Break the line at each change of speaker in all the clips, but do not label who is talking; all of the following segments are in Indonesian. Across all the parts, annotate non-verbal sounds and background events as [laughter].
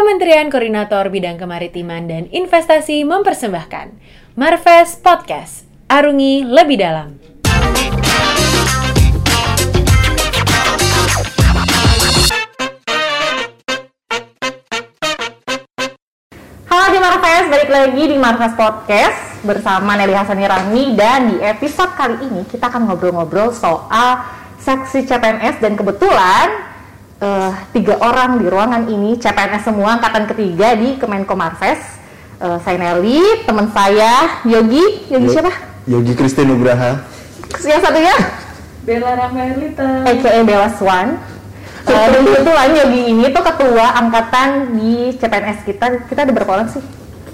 Kementerian Koordinator Bidang Kemaritiman dan Investasi mempersembahkan Marves Podcast. Arungi lebih dalam.
Halo di Marves, balik lagi di Marves Podcast bersama Nelly Hasan Rami dan di episode kali ini kita akan ngobrol-ngobrol soal seksi CPNS dan kebetulan eh, tiga orang di ruangan ini CPNS semua angkatan ketiga di Kemenko Marves. Eh, saya Nelly, teman saya Yogi, Yogi siapa?
Yogi Christine Nugraha.
Yang satunya
Bella Rafaelita.
aka Bella Swan. Eh, dan kebetulan Yogi ini tuh ketua angkatan di CPNS kita. Kita ada berapa orang sih?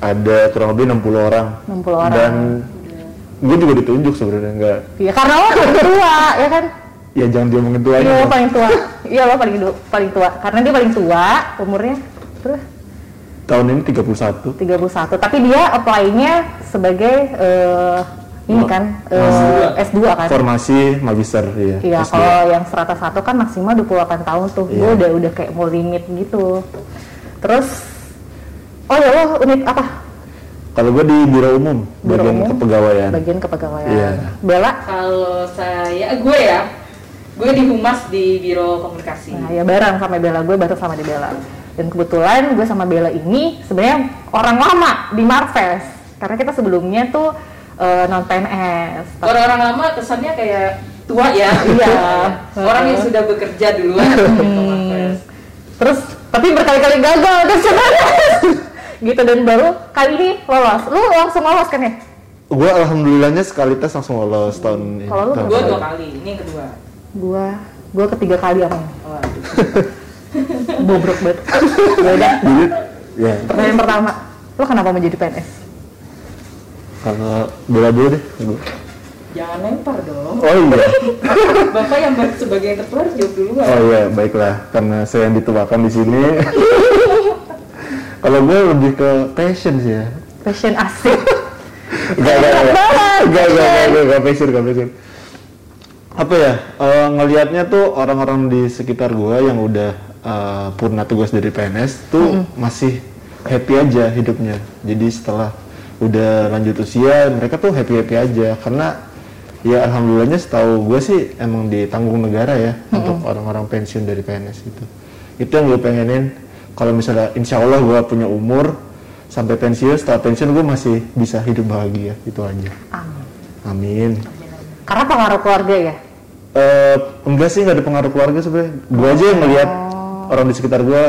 Ada kurang lebih 60 orang.
60 orang.
Dan gue juga ditunjuk sebenarnya enggak.
Ya, karena lo paling tua, ya kan?
Ya jangan dia mengetuanya.
Iya lo paling tua. Iya lo paling du- paling tua. Karena dia paling tua umurnya berapa?
Tahun ini 31.
31. Tapi dia apply-nya sebagai eh, ini
Ma-
kan eh, S2 kan.
Formasi magister iya.
Iya,
S2.
kalau yang strata 1 kan maksimal 28 tahun tuh. Gue
Iya.
udah udah kayak mau limit gitu. Terus Oh ya lo unit apa?
Kalau gue di Biro Umum,
Biro
bagian
Umum?
kepegawaian.
Bagian kepegawaian.
Iya.
Bella,
Kalau saya, gue ya, gue di humas di biro komunikasi.
Nah, ya bareng sama Bella gue bareng sama di Bella. Dan kebetulan gue sama Bella ini sebenarnya orang lama di Marves. Karena kita sebelumnya tuh eh, non PNS.
Orang-orang lama kesannya kayak tua ya,
Iya.
[laughs] Orang yang sudah bekerja duluan. Gitu,
Hmm. Terus tapi berkali-kali gagal dan CPNS. [laughs] gitu dan baru kali ini lolos. Lu langsung lolos kan ya?
Gue alhamdulillahnya sekali tes langsung lolos tahun ini.
Kalau lu
tahun
gue
lalu.
dua kali, ini yang kedua. Oh,
Gua gua ketiga kali apa ini?
Waduh.
Bobrok banget. Ya udah,
Jadi ya
pertanyaan pertama. Lu kenapa mau jadi PNS?
karena bela dulu deh.
Jangan lempar dong.
Oh iya.
Bapak yang [laughs] ber- sebagai yang ketua harus jawab duluan.
Oh iya, baiklah. Karena saya yang dituakan di sini. Kalau gue lebih ke passion sih ya.
Passion asik.
Gak, gak, gak, gak, gak, gak, gak, gak, pesir, gak, pesir. Apa ya, eh, ngelihatnya tuh orang-orang di sekitar gua yang udah eh, purna tugas dari PNS tuh masih happy aja hidupnya. Jadi setelah udah lanjut usia, mereka tuh happy-happy aja. Karena ya alhamdulillahnya setahu gua sih emang ditanggung negara ya untuk orang-orang pensiun dari PNS itu. gitu. Itu yang gue pengenin. Kalau misalnya insya Allah gua punya umur, sampai pensiun setelah pensiun gue masih bisa hidup bahagia itu aja
Amin.
amin
Karena pengaruh keluarga ya.
Eh enggak sih nggak ada pengaruh keluarga sebenarnya gue aja yang ngeliat
Oh.
orang di sekitar gue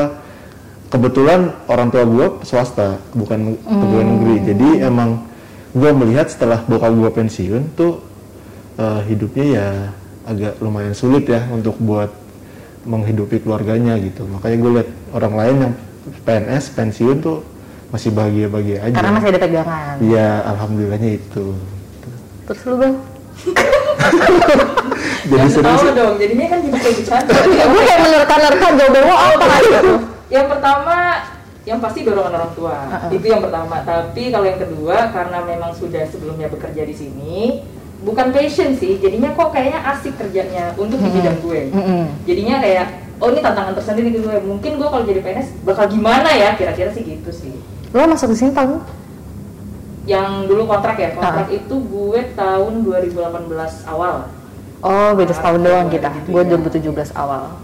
kebetulan orang tua gue swasta bukan
Hmm.
pegawai negeri jadi emang gue melihat setelah bokap gue pensiun tuh eh, hidupnya ya agak lumayan sulit ya untuk buat menghidupi keluarganya gitu makanya gue lihat orang lain yang PNS pensiun tuh masih bahagia-bahagia aja
Karena masih ada pegangan.
Iya, alhamdulillahnya itu.
Terus lu Bel?
Jadi serius.
Tahu dong, jadinya kan jadi kayak bercanda.
Ya, gue kayak menerka-nerka jawaban lo apa kan itu?
yang pertama yang pasti dorongan orang tua itu yang pertama tapi kalau yang kedua karena memang sudah sebelumnya bekerja di sini bukan passion sih jadinya kok kayaknya asik kerjanya untuk di bidang gue
Mm-mm.
jadinya kayak oh ini tantangan tersendiri gitu gue mungkin gue kalau jadi PNS bakal gimana ya kira-kira sih gitu sih
Lo masuk di sini tahun
yang dulu kontrak ya kontrak
Ah.
itu gue tahun 2018 awal
Oh, beda setahun doang kita.
Gitu,
Gue
ya.
2017 awal.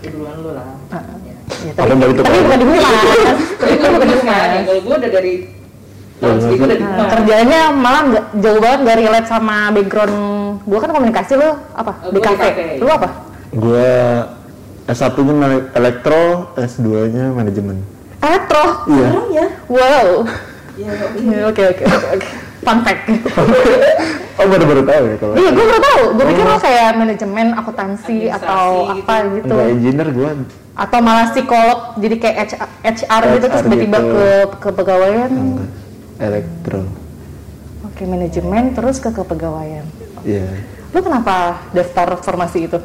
Ya, duluan lu lah
Ah.
Ya.
Ya,
Padahal dari itu
tapi
kan.
bukan di [laughs] humas.
tapi gue
Iya. bukan di
udah
humas.
kan kalau gue udah dari
Ya,
tahun segitu udah di
Nah,
rumah.
kerjanya malah nggak jauh banget gak relate sama background gue kan komunikasi lo apa
Eh,
Oh, di
gua di
kafe
kafe.
lo apa
Gua S1-nya mana- elektro, S2-nya manajemen.
elektro
Iya.
wow
Ya,
Ya, [laughs] oke oke oke oke. fun fact
Oh, baru-baru tahu ya kalau. Oh,
iya gue baru tahu gue pikir lo kayak manajemen akuntansi atau
Administrasi
apa gitu
Enggak engineer gua.
atau malah psikolog jadi kayak HR, gitu terus
HR
tiba-tiba
gitu.
ke kepegawaian
Enggak. Elektro.
oke manajemen terus ke kepegawaian
Iya.
lu kenapa daftar formasi itu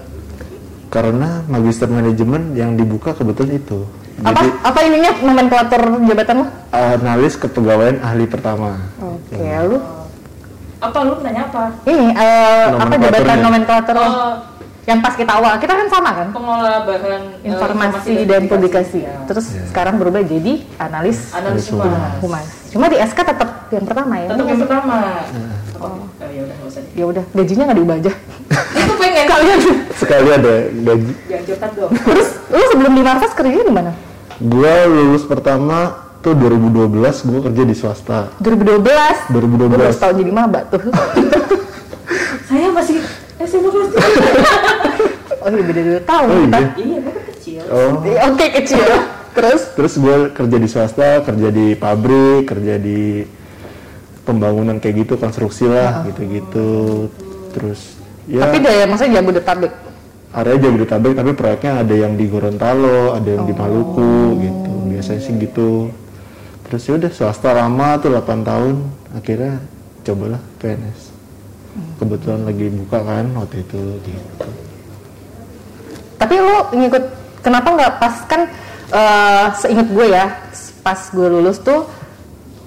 Karena magister manajemen yang dibuka kebetulan itu.
apa
Jadi
apa ininya nomenklatur jabatan lo
analis kepegawaian ahli pertama.
oke lu
Iya.
apa lu nanya apa
ini eh, apa jabatan
Nomenklaturnya.
nomenklatur lo?
Oh,
yang pas kita awal kita kan sama kan
pengelola bahan eh,
informasi dan publikasi
ya.
terus
Iya.
sekarang berubah jadi analis
analis
Analis
humas.
humas cuma di SK tetap yang pertama ya
Tetap yang pertama. Oh, ya udah nggak usah. deh.
ya udah gajinya nggak diubah aja
Itu pengen
[laughs] kalian
sekali ada gaji
jangan curhat dong.
terus lu sebelum di Marvas kerjanya di mana
gue lulus pertama tuh 2012 gue kerja di swasta
2012
2012.
Gua baru setahun jadi maba tuh
[laughs]
Saya masih SMA kelas tiga.
oh iya beda dua tahun
oh
kita
iya
Iya, dia kan kecil.
oh
Iya, oke kecil terus
terus gue kerja di swasta kerja di pabrik kerja di pembangunan kayak gitu konstruksi lah gitu-gitu terus ya
tapi daya maksudnya Jabodetabek
area Jabodetabek tapi proyeknya ada yang di Gorontalo, ada yang di Maluku gitu. Biasanya sih gitu. Terus ya udah swasta lama tuh 8 tahun, akhirnya cobalah PNS. Kebetulan lagi buka kan waktu itu gitu.
Tapi lu ngikut kenapa nggak pas kan eh, seingat gue ya pas gue lulus tuh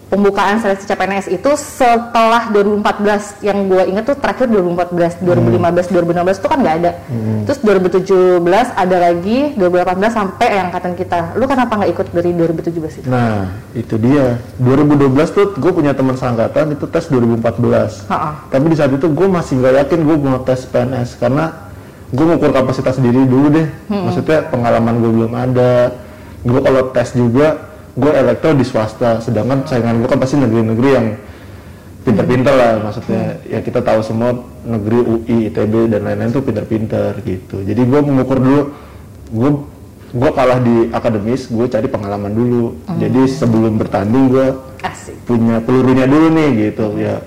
pembukaan seleksi CPNS itu setelah 2014 yang gue inget tuh terakhir
Hmm.
2014 2015 2016 tuh kan nggak ada terus 2017 ada lagi 2018 sampai yang angkatan kita lu kenapa nggak ikut dari 2017 itu
Nah, itu dia. 2012 tuh gue punya teman seangkatan itu tes 2014.
Ha-ha.
Tapi di saat itu gue masih nggak yakin gue mau tes PNS karena gue ngukur kapasitas diri dulu deh. Maksudnya pengalaman gue belum ada. Gue kalau tes juga gue elektro di swasta, sedangkan saingan gue kan pasti negeri-negeri yang pinter-pinter lah maksudnya ya kita tahu semua negeri UI ITB dan lain-lain tuh pinter-pinter gitu jadi gue mengukur dulu gue gue kalah di akademis gue cari pengalaman dulu jadi sebelum bertanding gue
asik
punya pelurunya dulu nih gitu ya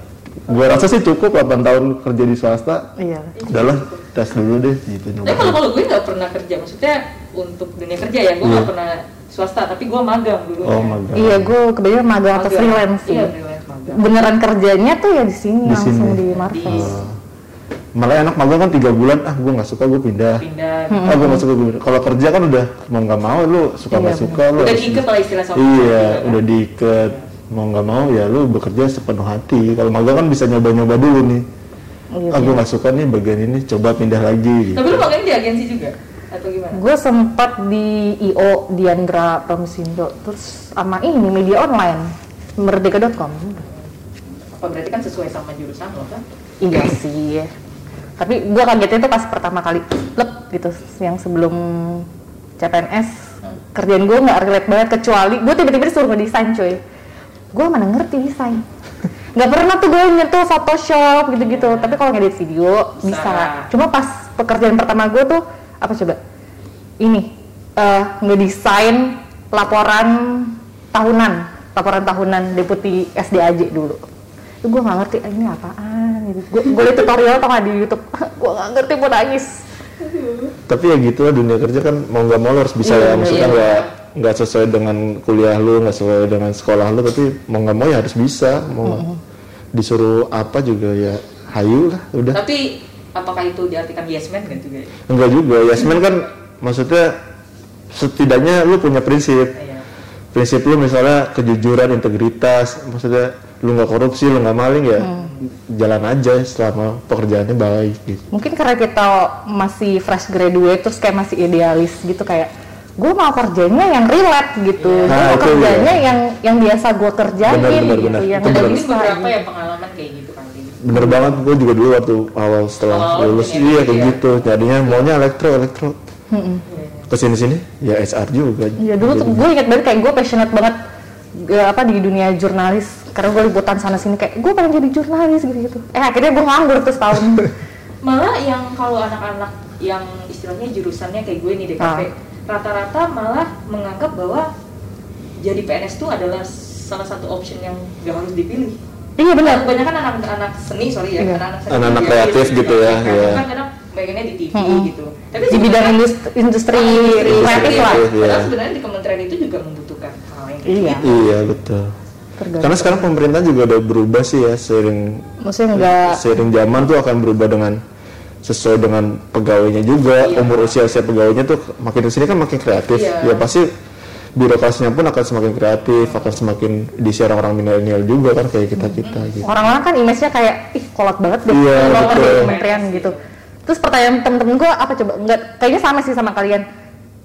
gue rasa sih cukup 8 tahun kerja di swasta
iya
udahlah tes dulu deh gitu
Tapi kalau
nyoba
kalau gue nggak pernah kerja, maksudnya untuk dunia kerja ya, gue nggak pernah swasta, tapi gue magang dulu.
oh my god
iya gue kebanyakan magang atau freelance sih
Iya, freelance magang.
beneran kerjanya tuh ya di sini
Di
langsung
sini.
di Marvel
Di-
malah enak magang kan tiga bulan ah gue nggak suka gue pindah
Pindah.
Hmm.
ah gue nggak suka gue pindah kalau kerja kan udah mau nggak mau lu suka nggak
Iya,
suka lu
Udah
harus-
diikat lah istilah sama kan?
Iya,
orang tua,
udah diikat. Mau nggak mau ya lu bekerja sepenuh hati. Kalau magang kan bisa nyoba-nyoba dulu nih.
Iya,
Aku nggak suka nih bagian ini, coba pindah lagi.
kan?
Gitu.
Tapi lu magangnya di agensi juga atau gimana?
Gue sempat di IO Diandra Promisindo terus sama ini media online merdeka.com.
Apa berarti kan sesuai sama jurusan lo kan?
Iya sih. Tapi gue kagetnya itu pas pertama kali lep gitu yang sebelum CPNS kerjaan gue nggak relate banget kecuali gue tiba-tiba disuruh ngedesain cuy gue mana ngerti desain nggak pernah tuh gue nyentuh Photoshop gitu-gitu tapi kalau ngedit video bisa.
Bisa.
cuma pas pekerjaan pertama gue tuh apa coba ini eh ngedesain laporan tahunan laporan tahunan deputi SDAJ dulu itu gue nggak ngerti "Ah, ini apaan gitu gue gue liat tutorial tau nggak di YouTube [laughs] gue nggak ngerti gue nangis
Tapi ya gitu lah dunia kerja kan mau nggak mau lu harus bisa
Iya,
ya. Maksudnya
iya.
nggak nggak sesuai dengan kuliah lu, nggak sesuai dengan sekolah lu, tapi mau nggak mau ya harus bisa. Mau disuruh apa juga ya hayu lah, udah.
Tapi apakah itu diartikan yes man kan juga? ya?
Enggak juga, Yasmin kan maksudnya setidaknya lu punya prinsip.
Iya.
prinsip lu misalnya kejujuran integritas maksudnya lu nggak korupsi lu nggak maling ya
Mm.
jalan aja selama pekerjaannya baik gitu
mungkin karena kita masih fresh graduate terus kayak masih idealis gitu kayak gue mau kerjanya yang relate gitu
Nah,
gue mau
itu
kerjanya
iya.
yang yang biasa gue kerjain
Benar, benar,
gitu
benar.
yang
Itu
gak
Ada
benar.
mungkin
bisa
beberapa ya pengalaman kayak gitu kali.
bener banget gue juga dulu waktu awal setelah
Awal-awal
lulus iya
dunia kerja
kayak
ya.
gitu jadinya maunya elektro elektro
Iya.
kesini sini ya HR juga
Iya dulu tuh gue inget banget kayak gue passionate banget eh, apa di dunia jurnalis karena gue liputan sana sini kayak gue pengen jadi jurnalis gitu gitu eh akhirnya gue nganggur terus tahun
Malah yang kalau anak-anak yang istilahnya jurusannya kayak gue nih DKP,
Ah.
rata-rata malah menganggap bahwa jadi PNS itu adalah salah satu option yang gak harus dipilih.
iya benar
Kebanyakan anak-anak seni, sorry ya,
Iya.
anak-anak seni.
Anak-anak
jadi
kreatif gitu ya,
Kan
iya.
kadang pengennya di TV
Mm-mm.
gitu. Tapi
di bidang
sebenarnya- Ah,
industri, industri
Industri
kreatif lah
kreatif. Iya.
Padahal sebenarnya di kementerian itu juga membutuhkan hal yang kayak gitu.
iya
iya betul karena
tergantung
sekarang pemerintah juga udah berubah sih ya sering
maksudnya enggak
sering zaman tuh akan berubah dengan sesuai dengan pegawainya juga
Iya.
umur usia usia pegawainya tuh makin kesini kan makin kreatif
Iya.
ya pasti birokrasinya pun akan semakin kreatif akan semakin diisi orang-orang milenial juga kan kayak kita kita gitu
orang-orang kan image-nya kayak ih kolot banget deh
Iya,
kalau kerja di
betul.
kementerian gitu Terus pertanyaan temen-temen gue apa coba? Enggak, kayaknya sama sih sama kalian.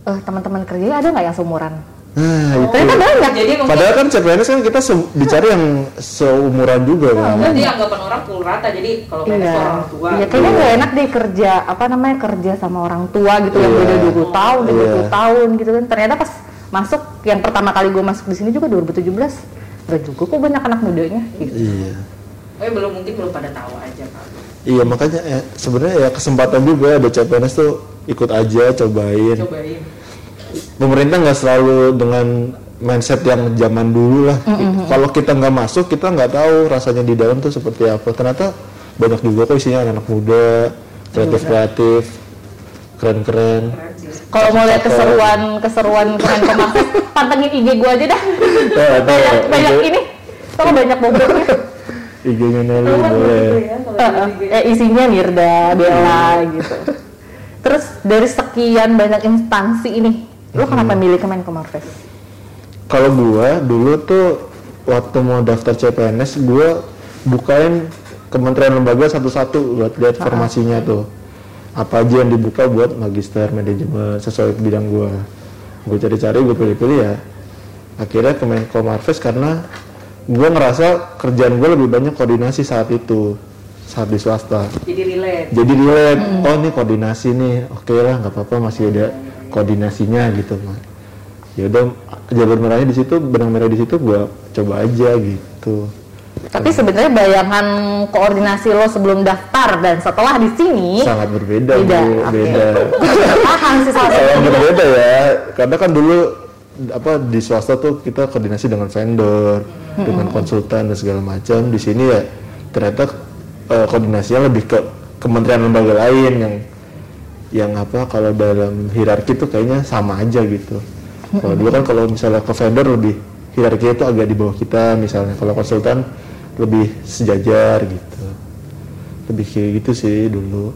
Eh, teman-teman kerjanya ada nggak yang seumuran?
Nah, itu.
Ternyata banyak.
Jadi mungkin
Padahal kan CPNS kan kita se- bicara yang seumuran juga kan.
Nah,
berarti anggapan orang pukul rata. Jadi kalau PNS tuh orang tua. gitu.
Iya, kayaknya nggak enak deh kerja apa namanya kerja sama orang tua gitu yang
Iya.
beda 20 tahun, 30
Iya.
tahun gitu kan. Ternyata pas masuk yang pertama kali gue masuk di sini juga 2017 Gak juga kok banyak anak mudanya gitu.
Iya.
Eh, belum mungkin belum pada tahu aja kali.
Iya makanya eh, sebenarnya ya kesempatan juga ada CPNS tuh ikut aja cobain.
Cobain.
Pemerintah nggak selalu dengan mindset yang zaman dulu lah. Gitu. Kalau kita nggak masuk kita nggak tahu rasanya di dalam tuh seperti apa. Ternyata banyak juga kok isinya anak muda, kreatif kreatif, keren keren.
Keren sih.
Kalau mau lihat keseruan keseruan keren kemasis, pantengin IG gue aja dah.
Iya,
Banyak,
Eh,
banyak ini, sama banyak bobroknya.
IG-nya Nelly boleh.
Gitu ya, kalau
Heeh.
di-
eh, isinya Nirda, Bella gitu. Terus dari sekian banyak instansi ini, lu kenapa milih Kemenko Marves?
Kalau gua dulu tuh waktu mau daftar CPNS gua bukain kementerian lembaga satu-satu buat lihat formasinya tuh. Apa aja yang dibuka buat magister manajemen sesuai bidang gua. Gua cari-cari, gua pilih-pilih ya. Akhirnya Kemenko Marves karena gua ngerasa kerjaan gua lebih banyak koordinasi saat itu saat di swasta
Jadi relate.
jadi relate
Hmm.
oh ini koordinasi nih oke lah nggak apa-apa masih ada koordinasinya gitu mah ya udah jalur merahnya di situ benang merah di situ gua coba aja gitu
Tapi sebenarnya bayangan koordinasi lo sebelum daftar dan setelah di sini
sangat berbeda
Beda,
Bu.
oke.
beda
paham sih salah satu.
sangat berbeda ya karena kan dulu apa di swasta tuh kita koordinasi dengan vendor dengan konsultan dan segala macam di sini ya ternyata eh, koordinasinya lebih ke kementerian lembaga lain yang yang apa kalau dalam hierarki tuh kayaknya sama aja gitu kalau dulu kan kalau misalnya ke vendor lebih hierarki itu agak di bawah kita misalnya kalau konsultan lebih sejajar gitu lebih kayak gitu sih dulu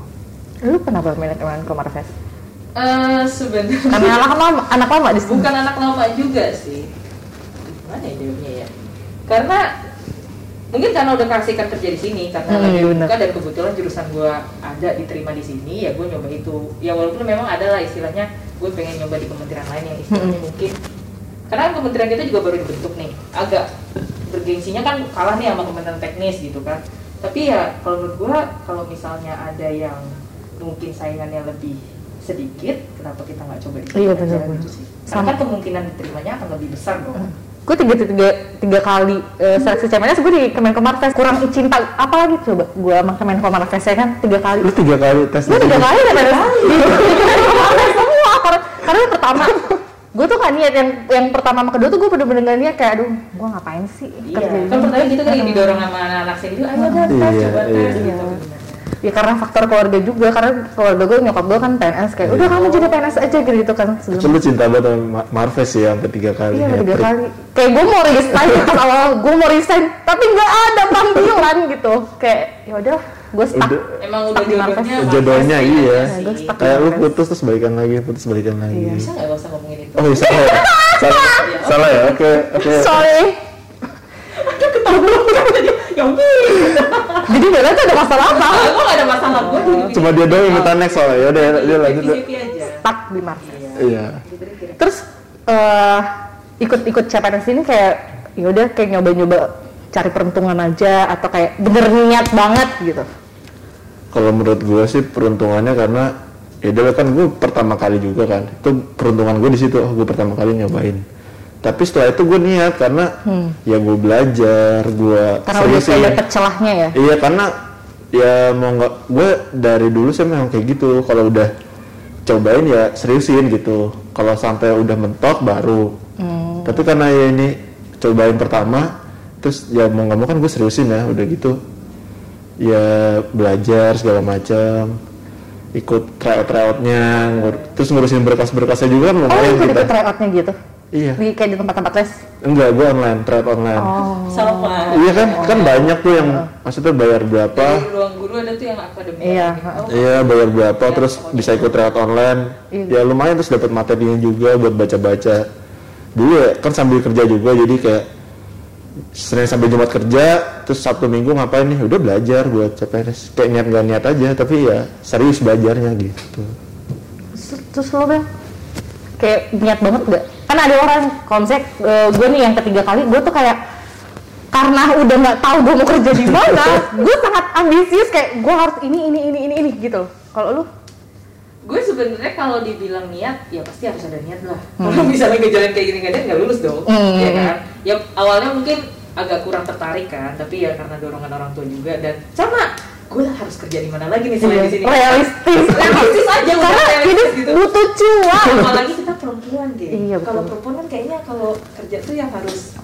Lu kenapa milih Kemenko Marves?
Eh, sebenarnya
Karena anak lama, anak lama di sini.
[laughs] bukan anak lama juga sih. Gimana ya jawabnya ya? Karena mungkin karena udah kasihkan kerja di sini karena
Hmm,
lagi
iya
buka
bener.
dan kebetulan jurusan gua ada diterima di sini ya gua nyoba itu ya walaupun memang ada lah istilahnya gue pengen nyoba di kementerian lain yang istilahnya mungkin karena kan kementerian kita juga baru dibentuk nih agak bergengsinya kan kalah nih sama kementerian teknis gitu kan tapi ya kalau menurut gua kalau misalnya ada yang mungkin saingannya lebih sedikit kenapa kita nggak coba di sini
Iya,
aja
benar-benar.
gitu sih.
Sama. Hmm.
karena kan kemungkinan diterimanya akan lebih besar dong
Gue tiga, tiga, tiga kali eh, seleksi CMNS gue di Kemenko Marves kurang cinta apalagi coba gue sama Kemenko Marves ya kan tiga kali
lu tiga kali tes
gue
di
tiga
sini.
kali udah beres semua karena karena yang pertama gue tuh gak niat yang yang pertama sama kedua tuh gue bener-bener gak niat kayak aduh gue ngapain sih
Iya,
kerja
kan
ini
pertama kita kan
Hmm.
didorong sama anak-anak sendiri, ayo dah tes,
Iya,
coba tes
iya.
gitu.
ya karena faktor keluarga juga karena keluarga gue nyokap gue kan PNS kayak udah kamu jadi PNS aja gitu kan
Terus
sebelum
lu cinta banget sama Ma- Marves ya yang ketiga kali.
Iya,
ya,
tiga
Pri.
kali. Kayak gue mau resign [laughs] pas awal, gue mau resign, tapi nggak ada panggilan gitu. Kayak ya udah, gue stuck.
Udah.
Emang
Stuck
udah
di markas.
jodohnya.
Jodohnya,
Marves
iya.
kayaknya
Nah, gue
sih.
stuck di
Kayak lu
markas.
putus terus balikan lagi, putus balikan lagi.
Bisa nggak usah ngomongin itu?
Oh, iya, salah.
[laughs]
ya? salah, salah ya. Oke, oke.
Sorry.
Ya ampun,
Jadi Bella tuh ada masalah apa?
gue nggak ada masalah gue jadi
Cuma dia doang yang minta next soalnya. Ya udah, dia
Iya,
lanjut. deh.
happy aja.
Stuck di markas.
Iya.
Terus eh, ikut-ikut CPNS ini kayak ya udah kayak nyoba-nyoba cari peruntungan aja atau kayak bener niat banget gitu.
Kalau menurut gua sih peruntungannya karena ya dulu kan gua pertama kali juga kan. Itu peruntungan gua di situ. Oh, gua pertama kali nyobain. Tapi setelah itu gua niat karena ya gua belajar, gua
Hmm. Karena udah
seriusin.
kayak dapet celahnya ya.
Iya karena ya mau nggak gue dari dulu sih memang kayak gitu kalau udah cobain ya seriusin gitu kalau sampai udah mentok baru
Hmm.
tapi karena ya ini cobain pertama terus ya mau nggak mau kan gue seriusin ya udah gitu ya belajar segala macam ikut tryout tryoutnya ngur- terus ngurusin berkas-berkasnya juga kan
Oh,
lumayan
ikut
kita
ikut tryoutnya gitu.
iya
Di kayak di tempat-tempat les.
enggak gue online tryout online
Oh.
Sama.
iya kan kan banyak tuh yang maksudnya bayar berapa
Di ruang guru ada tuh yang akademik.
Iya,
Oh,
Iya bayar berapa terus bisa ikut tryout online ya lumayan terus dapat materinya juga buat baca-baca dulu ya kan sambil kerja juga jadi kayak Senin sampai Jumat kerja, terus Sabtu Minggu ngapain nih? Udah belajar buat CPNS. Kayak niat gak niat aja, tapi ya serius belajarnya gitu.
Terus- terus lo bel kayak niat banget gak? Karena ada orang konsep gue nih yang ketiga kali gue tuh kayak karena udah nggak tahu gue mau kerja di mana, gue sangat ambisius kayak gue harus ini ini ini ini ini gitu. loh. Kalau lu
gue sebenarnya kalau dibilang niat ya pasti harus ada niat lah kalau misalnya ke jalan kayak gini nggak ada nggak lulus dong
Hmm.
ya kan ya awalnya mungkin agak kurang tertarik kan tapi ya karena dorongan orang tua juga dan sama gue harus kerja di mana lagi nih selain di sini
Iya, realistis,
[laughs] realistis aja udah
karena ini
realistis gitu
butuh cuan.
apalagi
[laughs]
kita perempuan deh
Iya, betul.
kalau perempuan kan kayaknya kalau kerja tuh yang harus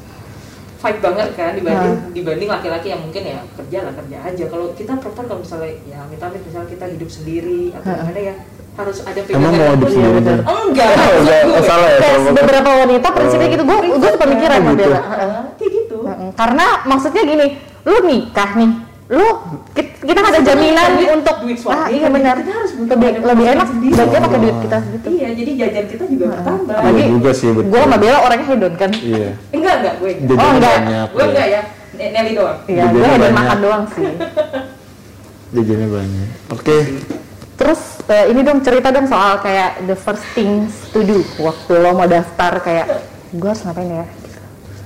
fight banget kan dibanding
Iya.
dibanding laki-laki yang mungkin ya kerja lah kerja aja kalau kita perempuan kalau misalnya ya amit-amit misalnya kita hidup sendiri atau
Iya.
gimana ya harus ada
Emang mau hidup
yang-
sendiri?
bener.
[laughs]
enggak
Oh,
maksud
udah,
gue.
oh, salah ya.
Kayak
kalau ngomong.
beberapa wanita prinsipnya gitu, gue gue suka mikiran
Oh, gitu.
model.
Ah, kayak gitu
Mm-mm. Karena maksudnya gini, lu nikah nih, lu kit- kita nggak ada
Maksudnya
jaminan
duit-
untuk
duit suami
ah, iya
kan,
benar
kita harus butuh
lebih
duit
lebih
sendiri.
enak belanja pakai duit kita gitu.
iya jadi jajan kita juga bertambah Eh,
Iya juga sih, betul.
Gue sama Bella orangnya hedon kan.
Iya.
enggak enggak gue enggak.
Jadi
Oh, enggak.
banyak.
gue enggak ya Ne- Nelly doang
Iya,
Bedanya
gue hedon
banyak.
makan doang sih.
Jajannya banyak. Oke.
Terus eh, ini dong cerita dong soal kayak the first things to do waktu lo mau daftar kayak gue harus ngapain ya?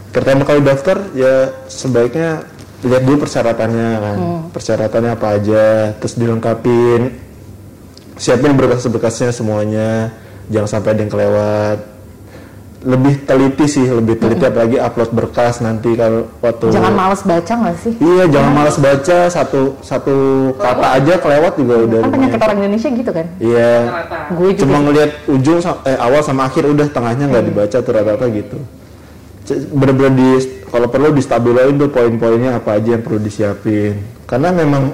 pertama kali daftar ya sebaiknya lihat dulu persyaratannya kan
Hmm.
persyaratannya apa aja terus dilengkapin siapin berkas-berkasnya semuanya jangan sampai ada yang kelewat lebih teliti sih lebih teliti apalagi upload berkas nanti kalau waktu
Hmm. Jangan Hmm. males baca nggak sih?
iya jangan malas baca satu satu kata aja kelewat juga udah
Oh. Kan penyakit
lumayan.
orang Indonesia gitu kan?
iya
rata
Gue juga. Hmm.
cuma ngelihat ujung sa- eh, awal sama akhir udah tengahnya nggak dibaca tuh rata-rata gitu C- bener-bener di kalau perlu distabilain tuh poin-poinnya apa aja yang perlu disiapin karena memang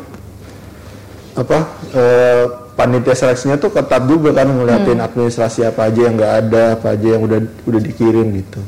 apa eh, panitia seleksinya tuh ketat juga kan ngeliatin
Hmm.
administrasi apa aja yang nggak ada apa aja yang udah udah dikirim gitu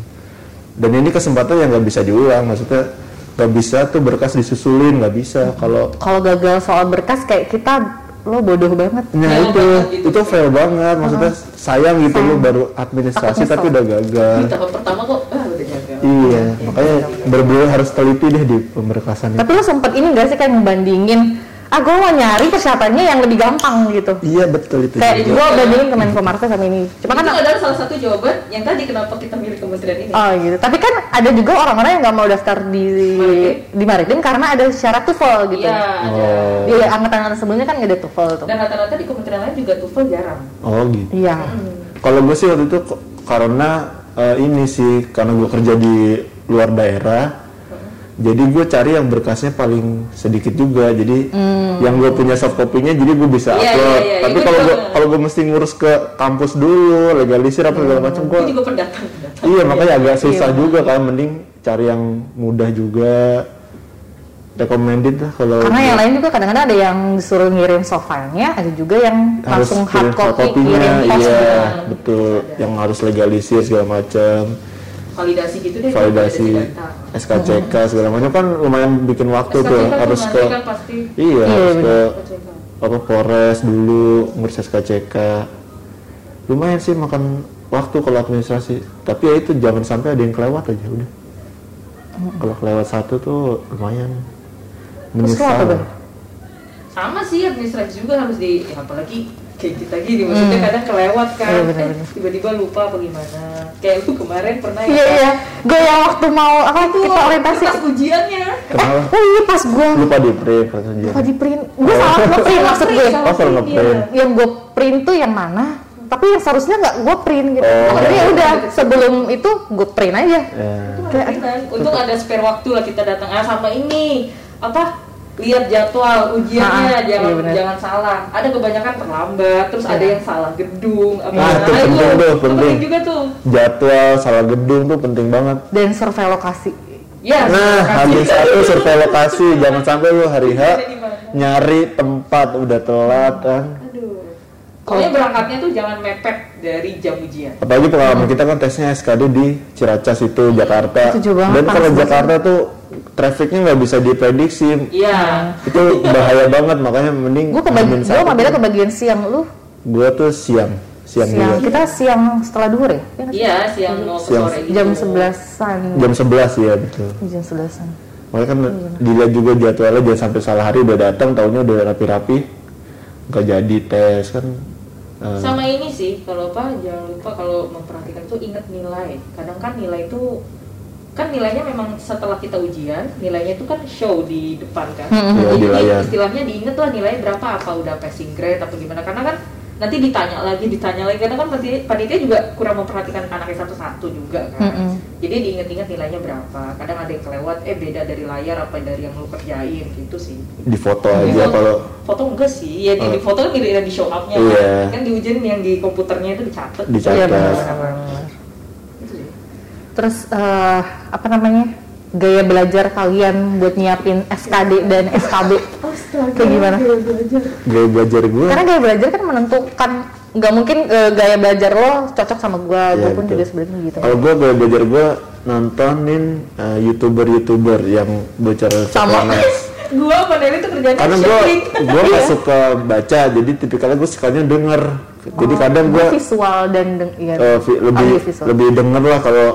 dan ini kesempatan yang nggak bisa diulang maksudnya nggak bisa tuh berkas disusulin nggak bisa kalau
Kalau gagal soal berkas kayak kita lo bodoh banget.
Nah
Fail
itu,
banget gitu.
itu fail banget. Maksudnya sayang gitu lu baru administrasi
Takut
tapi
nyesel.
udah gagal.
di tahap pertama kok ah udah jaga
Iya, makanya bener-bener harus teliti deh di pemberkasan itu.
Tapi lo sempet ini gak sih kayak ngebandingin Ah gue mau nyari persyaratannya yang lebih gampang gitu
Iya betul itu.
Kayak
juga.
gue bandingin ke Menko Marves sama ini Cuma
itu
kan
adalah salah satu jawaban yang tadi kenapa kita milih kementerian ini
Oh gitu, tapi kan ada juga orang-orang yang gak mau daftar di
Maritim.
di Maritim karena ada syarat TOEFL gitu
Iya, ada.
Oh.
Di angkatan-angkatan sebelumnya kan gak ada TOEFL tuh
Dan rata-rata di kementerian lain juga TOEFL jarang.
Oh gitu.
Iya
Kalau gue sih waktu itu ko- karena eh, ini sih karena gue kerja di luar daerah, jadi gue cari yang berkasnya paling sedikit juga. Jadi yang gue punya soft copy-nya, jadi gue bisa
Hmm. Iya, iya,
upload.
iya,
Tapi
itu
kalau
juga.
gue kalau gue mesti ngurus ke kampus dulu, legalisir apa segala macam, gue
Itu juga pendatang. pendatang.
Iya makanya agak susah juga kan mending cari yang mudah juga recommended lah kalau
Karena yang lain juga kadang-kadang ada yang disuruh ngirim soft file-nya Ada juga yang
harus
langsung
kirim
hard copy
fotokopinya,
kirim pos
iya
gitu.
betul yang harus legalisir segala macam
Validasi gitu deh.
validasi
data.
SKCK segala macam kan lumayan bikin waktu tuh
SKCK
harus
tuh
ke
nanti kan pasti.
Iya,
iya harus ke
bener.
SKCK.
apa Polres dulu ngurus SKCK lumayan sih makan waktu kalau administrasi tapi ya itu jangan sampai ada yang kelewat aja udah kalau kelewat satu tuh lumayan
Terus lo apa
menyesal
Bang?
Sama sih administrasi juga harus di ya, apalagi kayak kita gini maksudnya kadang kelewat kan
Hmm. Iya, benar,
Eh,
benar.
tiba-tiba lupa apa gimana kayak lu kemarin pernah ya,
Iya
Kak?
iya, gue yang waktu mau apa
Tuh,
kita orientasi
kertas ujiannya
kenapa
Oh iya pas gue
lupa di print katanya.
lupa di print, gue salah
[laughs]
nge-print maksud gue.
Oh, kalau nge-print.
Yang gue print tuh yang mana? Tapi yang seharusnya nggak gue print gitu.
Oh.
Tapi ya udah sebelum itu gue print aja.
Eh,
Kayak kan, Untung ada spare waktu lah kita datang. Ah sama ini apa? Lihat jadwal ujiannya
Ah,
jangan
iya bener.
jangan salah. Ada kebanyakan terlambat, terus ada yang salah gedung. Apa
Iya. Nah, itu penting
Iya,
itu
tuh, penting.
juga tuh.
jadwal salah gedung tuh penting banget
Dan survei lokasi.
Ya.
Nah,
terima
habis
kasih.
satu survei lokasi, jangan sampai lu hari H
Jadi gimana?
nyari tempat udah telat kan.
Aduh. Pokoknya berangkatnya tuh jangan mepet dari jam ujian.
Apalagi pengalaman kita kan tesnya SKD di Ciracas itu Jakarta.
Setuju banget,
Dan kalau
panas
Jakarta tuh trafiknya nggak bisa diprediksi.
Iya.
Itu bahaya banget makanya mending
Gue kebagi,
hamin
gue
satu.
sama Bella kebagian siang lu.
Gua tuh siang, siang,
siang
juga.
kita siang setelah duhur ya? Iya nggak sih?
Iya, siang mau ke
Siang.
sore gitu.
Jam sebelasan.
Jam 11 ya betul.
Jam sebelasan.
Makanya kan dilihat juga jadwalnya jangan sampai salah hari udah datang tahunya udah rapi-rapi nggak jadi tes kan. eh,
Sama ini sih, kalau apa jangan lupa kalau memperhatikan tuh ingat nilai. Kadang kan nilai itu kan nilainya memang setelah kita ujian, nilainya itu kan show di depan kan.
Hmm,
Iya,
Jadi
di layar.
istilahnya diinget lah nilainya berapa, apa udah passing grade atau gimana. Karena kan nanti ditanya lagi, ditanya lagi. Karena kan panitia- panitia juga kurang memperhatikan anaknya satu-satu juga kan.
Mm-mm.
Jadi diinget-inget nilainya berapa. Kadang ada yang kelewat, eh beda dari layar apa dari yang lu kerjain gitu sih.
di foto
Di
aja
foto-
Iya, kalau
Iya, foto enggak sih ya di,
Oh.
di foto kan tidak di show up-nya
Iya.
kan kan di ujian yang di komputernya itu dicatat
Dicatat.
Iya
Iya,
benar.
Itu sih.
Terus eh, apa namanya? Gaya belajar kalian buat nyiapin SKD dan SKB kayak gimana?
gaya belajar gue
Karena gaya belajar kan menentukan nggak mungkin eh, gaya belajar lo cocok sama gua,
Iya,
gua pun
betul.
juga sebenarnya gitu.
Kalau gue gaya belajar gue nontonin eh, youtuber-youtuber yang bicara
Sama. [laughs]
PNS.
gua sama Nelly tuh kerjanya
Karena gue [laughs]
shopping
gue nggak
Iya.
suka baca, jadi tipikalnya gue sukanya denger. Jadi
Oh,
kadang gue
visual dan deng- iya,
eh, kan vi- lebih
audiovisual.
lebih denger lah kalau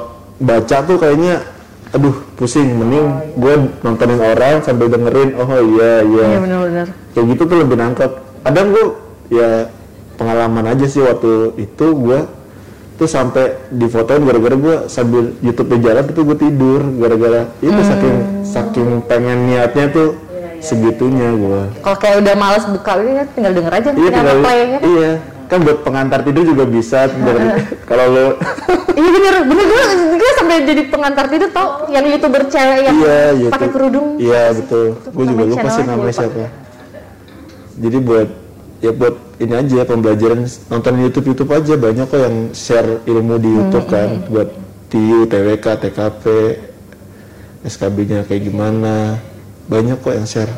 baca tuh kayaknya aduh pusing mending
Oh,
gue nontonin orang sambil dengerin oh iya iya
Iya benar-benar.
kayak gitu tuh lebih nangkep kadang gue ya pengalaman aja sih waktu itu gue tuh sampai difotoin gara-gara gue sambil YouTube di jalan itu gue tidur gara-gara itu saking saking pengen niatnya tuh segitunya gue
Kalau kayak udah males buka ini kan tinggal denger aja
iya
tinggal
tinggal-
play ya kan?
iya kan buat pengantar tidur juga bisa biar- kalau lo
Iya bener, bener gue, gue sampai jadi pengantar tidur tau yang youtuber cewek yang
iya YouTube
pakai kerudung
iya betul gue juga
Namanya
lupa sih
channelnya,
namanya
lupa.
siapa jadi buat ya buat ini aja pembelajaran nonton YouTube YouTube aja banyak kok yang share ilmu
Hmm,
di YouTube kan
iya.
buat TIU, TWK, TKP, SKB-nya kayak gimana banyak kok yang share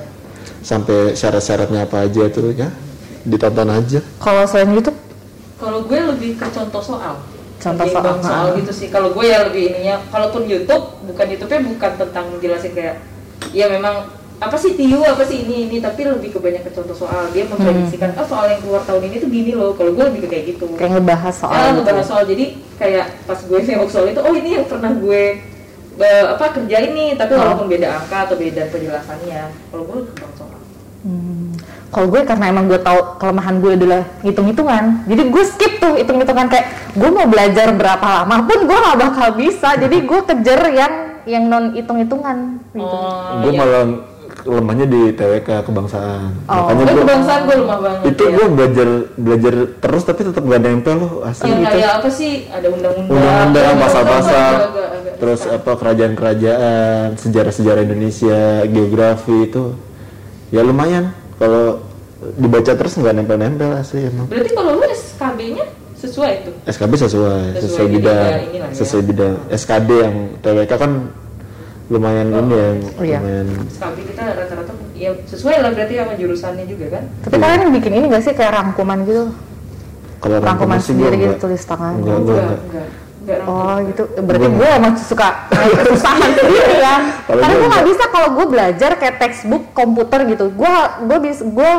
sampai syarat-syaratnya apa aja tuh ya ditonton aja
Kalau selain YouTube,
kalau gue lebih ke contoh soal
Contoh
Lebih
soal,
bang soal
ah.
gitu sih kalau gue ya lebih ininya kalaupun YouTube bukan YouTube-nya bukan tentang menjelasin kayak ya memang apa sih tiu apa sih ini ini tapi lebih ke banyak ke contoh soal dia
Hmm.
memprediksikan oh soal yang keluar tahun ini tuh gini loh kalau gue lebih ke kayak gitu
kayak ngebahas soal
soal
gitu.
ngebahas soal jadi kayak pas gue nengok soal itu oh ini yang pernah gue eh, apa kerjain nih tapi walaupun beda angka atau beda penjelasannya kalau gue lebih ngebahas soal
Kalau gue karena emang gue tahu kelemahan gue adalah hitung-hitungan, jadi gue skip tuh hitung-hitungan kayak gue mau belajar berapa lama pun gue gak bakal bisa, jadi gue kejar yang yang non hitung-hitungan gitu.
oh,
gue
iya.
malah lemahnya di TWK kebangsaan
Oh,
makanya
gue
gue
kebangsaan gue lemah banget
itu
ya.
gue belajar belajar terus tapi tetap gak nempel loh asli
yang
gitu
kayak apa sih ada undang-undang
undang-undang pasal-pasal
agak- agak-
terus eh, apa kerajaan-kerajaan sejarah-sejarah Indonesia geografi itu ya lumayan kalau dibaca terus nggak nempel-nempel asli emang
berarti kalau lu SKB-nya sesuai tuh
SKB sesuai
Sesuai
sesuai bidang
bidang inilah ya.
sesuai bidang SKD yang TWK kan lumayan ini ya
Oh, iya.
lumayan
SKB kita rata-rata ya sesuai lah berarti sama jurusannya juga kan
Tapi kalian bikin ini gak sih kayak rangkuman gitu?
kalau
Rangkuman
sih gua
sendiri gitu,
nggak-
tulis tangan.
nggak- nggak- nggak.
enggak enggak
Oh
rangkum.
gitu, berarti
Gua
gue emang suka nyari kesusahan sendiri ya.
[laughs] Kalau
Karena gue
gua
nggak
enggak.
bisa kalau gue belajar kayak textbook komputer gitu. Gue gue bisa gue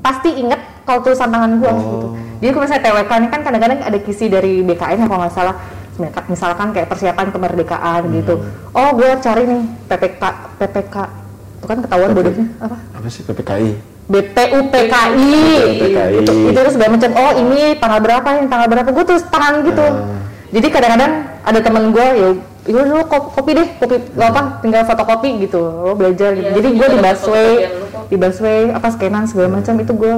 pasti inget kalau tulisan tangan
Oh.
gue gitu. Jadi kalau misalnya TWK ini kan kadang-kadang ada kisi dari BKN ya kalau nggak salah. Misalkan kayak persiapan kemerdekaan gitu.
Hmm.
Oh gue cari nih PPK PPK itu kan ketahuan
Tapi-
bodohnya apa?
apa sih PPKI
BPUPKI
BPUPKI.
itu itu terus segala macam oh ini tanggal berapa ini tanggal berapa gue terus tangan gitu
Ah.
jadi kadang-kadang ada temen gue ya ya lu ko- kopi deh kopi apa tinggal fotokopi gitu lo belajar gitu
Iya,
jadi
itu
gue di
ada
busway
fotokopian lu kok. Oh,
di busway apa skenan segala macam itu gue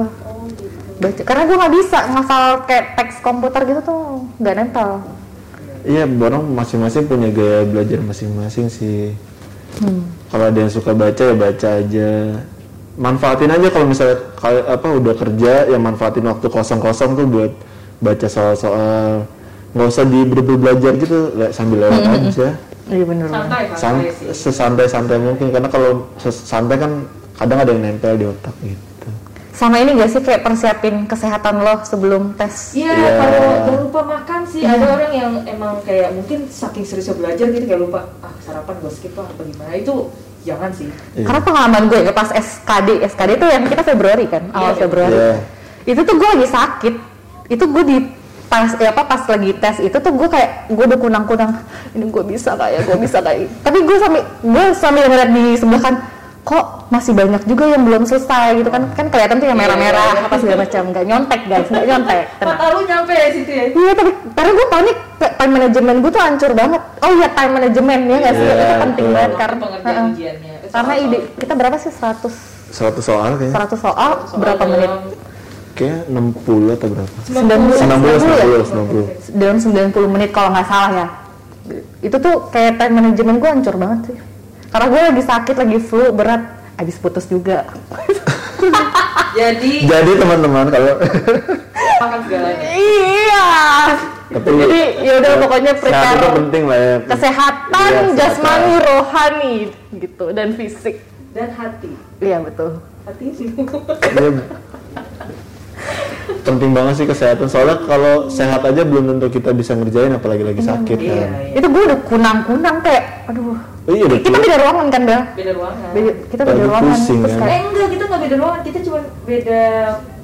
baca karena gue nggak bisa ngafal kayak teks komputer gitu tuh nggak nempel
Iya, borong masing-masing punya gaya belajar masing-masing sih. Kalau ada yang suka baca ya baca aja. Manfaatin aja kalau misalnya kayak apa udah kerja ya manfaatin waktu kosong-kosong tuh buat baca soal-soal. Nggak usah diberi belajar gitu, le- sambil lewat aja.
iya bener banget.
santai
San-
santai sih
sesantai-santai mungkin karena kalau ses- santai kan kadang ada yang nempel di otak gitu.
sama ini gak sih kayak persiapin kesehatan lo sebelum tes
Iya,
Iya.
kalau jangan lupa makan sih. Ada orang yang emang kayak mungkin saking seriusnya belajar gitu kayak lupa ah sarapan gue skip lah apa gimana itu jangan sih.
Iya.
Karena pengalaman gue ya, pas SKD, SKD itu yang kita Februari kan, awal
Iya.
Februari.
Iya.
Itu tuh gue lagi sakit, itu gue di pas ya apa pas lagi tes itu tuh gue kayak gue udah kunang-kunang ini gue bisa nggak ya gue bisa nggak ya? tapi gue sambil gue sambil ngeliat di sebelah kan kok masih banyak juga yang belum selesai gitu kan kan kelihatan tuh yang
Iya.
merah-merah apa segala macam nggak nyontek guys nggak nyontek
[laughs]
tenang.
Mata lu nyampe ya situ ya.
Iya tapi karena gue panik Pe- time management gue tuh hancur banget. Oh iya time management ya nggak sih
Iya,
itu penting
betul.
banget
Karena
karena
pengerjaan
Heeh.
ujiannya. Itu
karena
soal-
ide kita berapa sih 100
100 soal
100
kayaknya.
soal,
soal
berapa
dalam
menit?
Kayaknya 60 atau berapa?
90
90,
90 ya?
90.
dalam 90 menit kalau nggak salah ya. Itu tuh kayak time management gue hancur banget sih. Karena gue lagi sakit lagi flu berat habis putus juga.
Jadi
Jadi teman-teman kalau [laughs]
makan segalanya.
iya.
Tapi-
Jadi ya udah pokoknya
sehat itu
prepare
penting lah ya.
kesehatan
Iya,
jasmani rohani gitu dan fisik
Dan hati.
iya betul
Hati sih. [laughs]
Iya. penting banget sih kesehatan soalnya kalau sehat aja belum tentu kita bisa ngerjain apalagi lagi
Hmm,
sakit
Iya,
kan.
iya.
itu gue udah kunang-kunang kayak aduh
Oh, iya
kita
betul.
beda ruangan kan Bel
Beda ruangan.
Beda- kita beda
Lagi
ruangan
pusing,
terus
ya.
Eh
kayak
enggak, kita nggak beda ruangan, kita cuma beda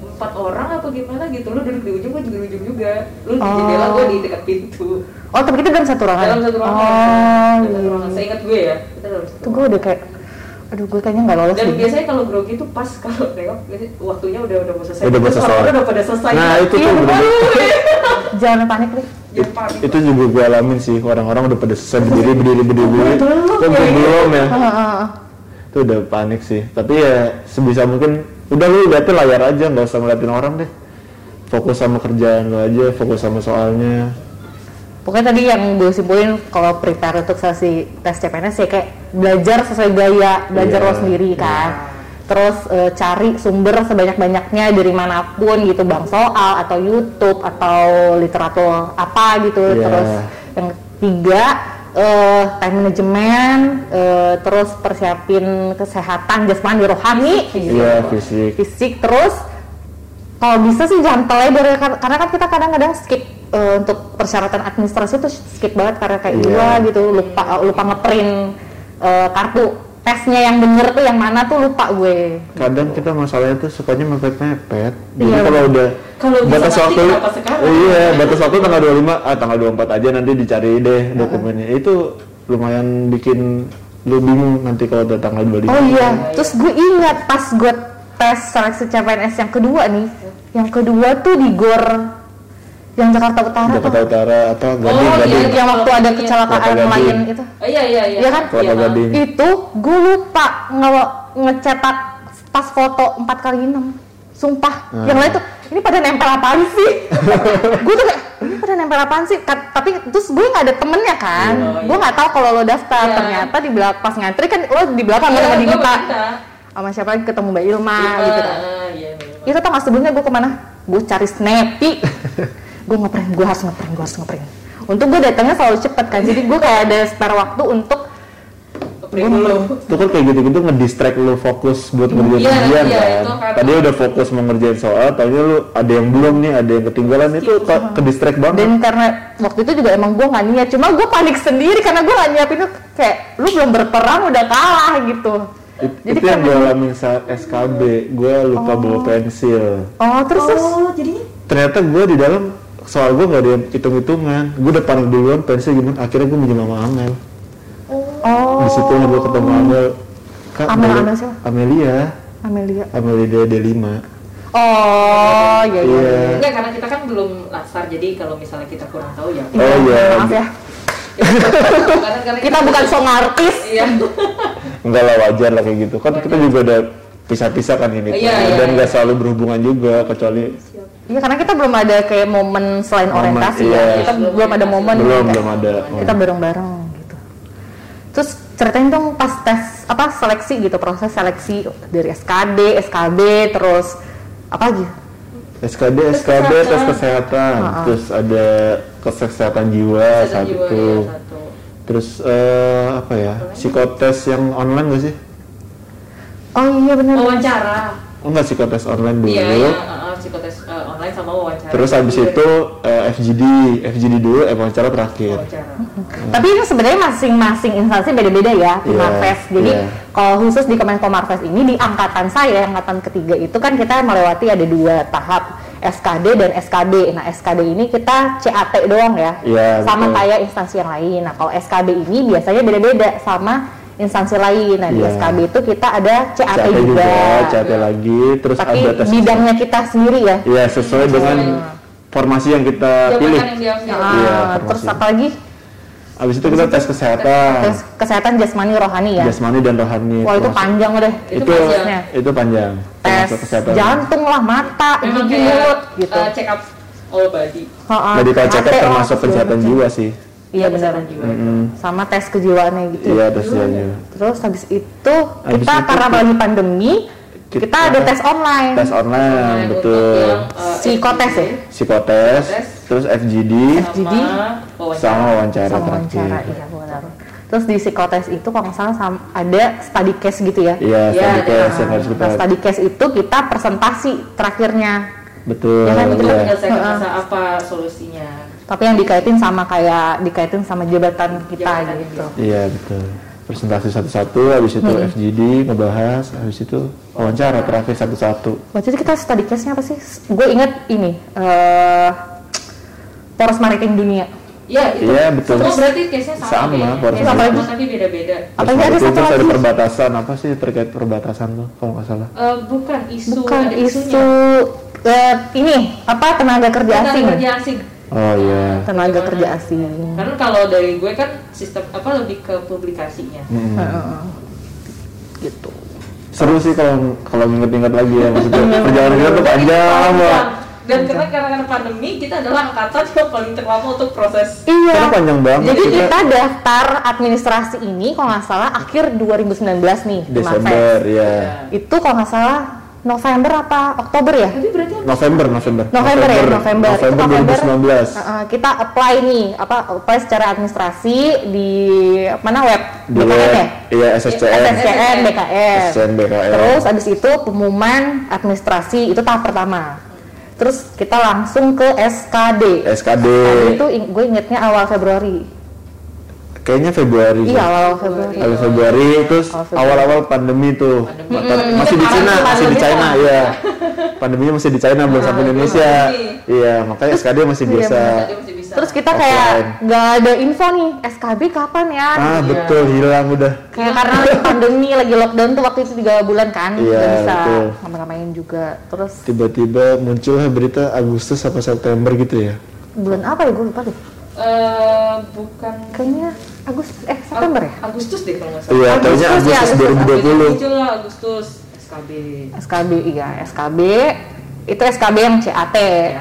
empat orang apa gimana gitu Lu duduk di ujung, gue juga di ujung juga Lu di
Oh.
jendela, gue di dekat pintu
oh tapi kita dalam satu ruangan
Dalam satu ruangan
oh
Dalam satu ruangan,
iya.
seingat gue ya Kita dalam satu
itu gue udah kayak aduh gue kayaknya nggak lolos
dan
deh.
biasanya kalau grogi itu pas kalau tengok biasanya waktunya udah udah mau selesai
Udah mau
Terus
selesai.
orang-orang udah pada selesai
Nah, itu
iya
tuh
bener.
bener-bener.
[laughs] jangan panik deh
Jangan panik.
itu juga gue alamin sih orang-orang udah pada selesai berdiri berdiri berdiri berdiri
belum
kok
ya?
gue belum ya
Ah, ah, ah.
itu udah panik sih tapi ya sebisa mungkin udah lu liatin layar aja nggak usah ngeliatin orang deh fokus sama kerjaan lu aja fokus sama soalnya
Pokoknya tadi yang gue simpulin kalau prepare untuk sesi tes CPNS ya kayak belajar sesuai gaya, belajar
Iya,
lo sendiri
iya.
kan. Terus eh, cari sumber sebanyak-banyaknya dari manapun gitu, bang soal atau YouTube atau literatur apa gitu.
Iya.
Terus yang ketiga eh, time management, eh, terus persiapin kesehatan jasmani rohani
iya fisik
fisik terus kalau bisa sih jangan teledor ya kar- karena kan kita kadang-kadang skip eh, untuk persyaratan administrasi itu skip banget karena kayak
Iya.
gua gitu lupa lupa ngeprint eh, kartu tesnya yang bener tuh yang mana tuh lupa gue
kadang kita masalahnya tuh sukanya mepet-mepet jadi
Iya.
kalau udah
Kalau bisa
batas
nanti,
waktu
kenapa sekarang?
iya batas waktu tanggal 25 ah tanggal 24 aja nanti dicari deh dokumennya itu lumayan bikin lu bingung nanti kalau udah tanggal 25
oh iya terus gue ingat pas gue tes seleksi CPNS yang kedua nih yang kedua tuh di gor yang Jakarta Utara
Jakarta
tuh. iya,
Utara apa Gading
Oh,
Gading
yang, yang waktu ada kecelakaan
Kelapa Gading.
lain itu
Oh, iya iya iya
Iya kan?
Kelapa Gading
itu gue lupa nge ngecetak pas foto 4 kali 6 sumpah yang lain tuh ini pada nempel apaan sih gue tuh kayak ini pada nempel apaan sih Kat- tapi terus gue nggak ada temennya kan
Iya.
gue nggak tahu kalau lo daftar
Iya.
ternyata di belakang pas ngantri kan lo di belakang
Iya,
sama
gua
Dinita
Dinita.
sama siapa lagi ketemu Mbak Ilma
Ah,
gitu kan
ah, iya, iya.
itu tau gak sebelumnya gue kemana? Gue cari Snappy Gue ngeprint, gue harus ngeprint, gue harus ngeprint Untuk gue datangnya selalu cepet kan Jadi gue kayak ada spare waktu untuk
Print dulu.
itu kan kayak gitu-gitu ngedistract lu fokus buat ngerjain
Iya,
ujian kan
iya, itu karena-
tadi udah fokus mau ngerjain soal tadinya lu ada yang belum nih ada yang ketinggalan itu kok ke distract banget
Dan karena waktu itu juga emang gue gak niat Cuma gue panik sendiri karena gue gak nyiapin tuh Kayak lu belum berperang udah kalah gitu
It- itu yang gue alamin saat SKB gue lupa bawa pensil
Oh terus terus
Oh, jadinya
ternyata gue di dalam soal gue gak ada yang hitung-hitungan gue udah panik duluan pensil gimana akhirnya gue minjem sama Amel
Oh
di situ gue ketemu Amel Kak,
Amel-
boleh-
Amel siapa?
Amelia
Amelia
Amelia D5
Oh iya iya
Iya.
Enggak, karena kita kan belum lasar, jadi kalau misalnya kita kurang tahu
[laughs]
ya
Oh iya.
Maaf ya
Karena- karena
Kita bukan song artis
Iya,
enggak lah wajar lah kayak gitu kan kita juga udah pisah-pisah kan ini
Iya,
tuh.
iya,
dan
iya.
nggak selalu berhubungan juga kecuali
Iya karena kita belum ada kayak momen selain
Momen,
orientasi
iya.
ya. Kita
Belum
belum ada
orientasi.
momen
belum
gitu.
belum ada
Kita bareng-bareng gitu. Terus ceritain dong pas tes apa seleksi gitu proses seleksi dari SKD, SKB terus apa lagi?
SKD SKB tes kesehatan terus ada kesehatan jiwa
kesehatan jiwa,
satu
iya, [laughs] satu.
terus eh, apa ya psikotes yang online gak sih
Oh iya benar.
Wawancara.
oh nggak psikotes online dulu
Iya, iya, uh, uh, psikotes uh, online sama wawancara.
terus habis
Iya,
itu eh, FGD FGD dulu eh, wawancara terakhir
wawancara.
Tapi ini sebenarnya masing-masing instansi beda-beda ya di
Iya,
Marves. Jadi
iya.
kalau khusus di Kemenko Marves ini di angkatan saya, angkatan ketiga itu kan kita melewati ada dua tahap. SKD dan SKD. Nah, SKD ini kita CAT doang ya.
Iya,
sama
betul.
kayak instansi yang lain. Nah, kalau SKD ini biasanya beda-beda sama instansi lain. Nah, di
Iya.
SKD itu kita ada CAT,
CAT
juga.
juga, CAT lagi, terus
iya. Tapi
ada tes.
bidangnya kita sendiri ya.
Iya, sesuai dengan formasi yang kita
Iya,
Jabatan
pilih.
yang diambil.
Ah,
Iya,
terus
formasi.
apa lagi?
Habis itu kita tes kesehatan,
Tes kesehatan jasmani rohani ya.
Ah. jasmani dan rohani.
Wah, itu
termasuk-
panjang deh.
Itu
Itu
panjang.
itu panjang.
Tes
termasuk kesehatan.
jantung lah, mata,
Memang
gigi,
kayak
mulut gitu.
eh, check up all body.
Ha-ha,
Jadi kalau
mata
CAT
lah,
termasuk
segala
kesehatan
macam.
jiwa sih.
Iya benar.
Kesehatan jiwa.
Mm,
Sama tes kejiwaannya gitu.
Iya, tes jiwa.
Terus habis itu
Habis
kita
itu
karena
kita-
lagi pandemi, kita,
kita-
ada tes online.
Tes online,
Nah,
betul.
untuk yang, eh,
Psikotes ya?
Psikotes,
Psikotes.
terus FGD,
FGD.
sama wawancara.
sama wawancara
sama
terakhir.
wawancara, iya benar. Terus di psikotes itu kalau nggak salah sama- ada study case gitu ya.
Iya,
Iya,
study
ada-
case yang harus kita
Nah, study case itu kita presentasi terakhirnya.
betul.
Ya kan,
Kita
iya.
menyelesaikan
Ha-ha.
masa apa solusinya.
Tapi yang dikaitin sama kayak dikaitin sama jabatan kita
Jabatan
gitu.
Iya betul. Presentasi satu-satu, habis itu FGD ngebahas, habis itu wawancara terakhir satu-satu.
Waktu itu kita study case-nya apa sih? Gue inget ini eh poros maritim dunia.
Iya, itu.
Iya, betul.
Semua berarti case-nya sama.
Sama,
kayaknya.
harus
Case-nya
sama.
sama, tapi beda-beda.
Apa
Terus
ini ada
habis itu
satu
terus ada
lagi?
perbatasan apa sih terkait perbatasan tuh kalau nggak salah?
Eh, bukan isu,
Bukan
ada
isu
isunya.
eh, ini apa tenaga kerja
Bukan
asing.
kerja asing.
Oh iya.
Tenaga
Gimana? Iya.
kerja asing.
Karena kalau dari gue kan sistem apa lebih ke publikasinya.
Mm.
Heeh. Gitu.
Seru sih kalau kalau inget-inget lagi ya maksudnya perjalanan kita tuh panjang banget.
Iya.
Dan karena karena pandemi kita adalah angkatan [laughs] yang paling terlama untuk proses
Iya.
Karena panjang banget.
Jadi
Kita-
kita daftar administrasi ini kalau nggak salah akhir 2019 nih. di
Desember
Marves.
ya.
Itu kalau nggak salah November apa Oktober ya?
Tapi berarti apa?
November, November.
November, ya November. Itu
November 2019.
uh-uh, kita apply nih apa apply secara administrasi di mana web
Di
BKN ya?
web, iya SSCN,
SSCN BKN.
SSCN, BKN.
Terus abis itu pengumuman administrasi itu tahap pertama. Terus kita langsung ke SKD.
SKD.
Tadi itu ing- gue ingetnya awal Februari.
Kayaknya Februari. sih.
Iya awal Februari.
Lalu Februari terus
Awal Oh, Februari.
awal-awal pandemi tuh
Pandemi.
Ma- masih di
Pandemi
Cina,
tuh
masih
pandemi
di China
tuh.
ya. Pandeminya masih di China belum sampai Indonesia.
pandemi.
Iya, makanya SKD masih
iya,
biasa.
Tadi masih bisa.
Terus kita
Offline.
kayak nggak ada info nih SKB kapan ya?
Ah, betul hilang udah.
Kayak karena lagi pandemi lagi lockdown tuh waktu itu tiga bulan kan
Iya,
nggak bisa
betul.
ngapa-ngapain juga terus
Tiba-tiba muncullah berita Agustus apa September gitu ya.
bulan apa ya gue lupa deh
Eh, bukan
kayaknya Agustus eh September ya
Agustus deh kalau nggak salah.
Iya,
Agustus,
taunya
ya,
Agustus
Agustus.
Agustus
2020.
muncul lah Agustus SKB.
SKB iya SKB itu SKB yang CAT,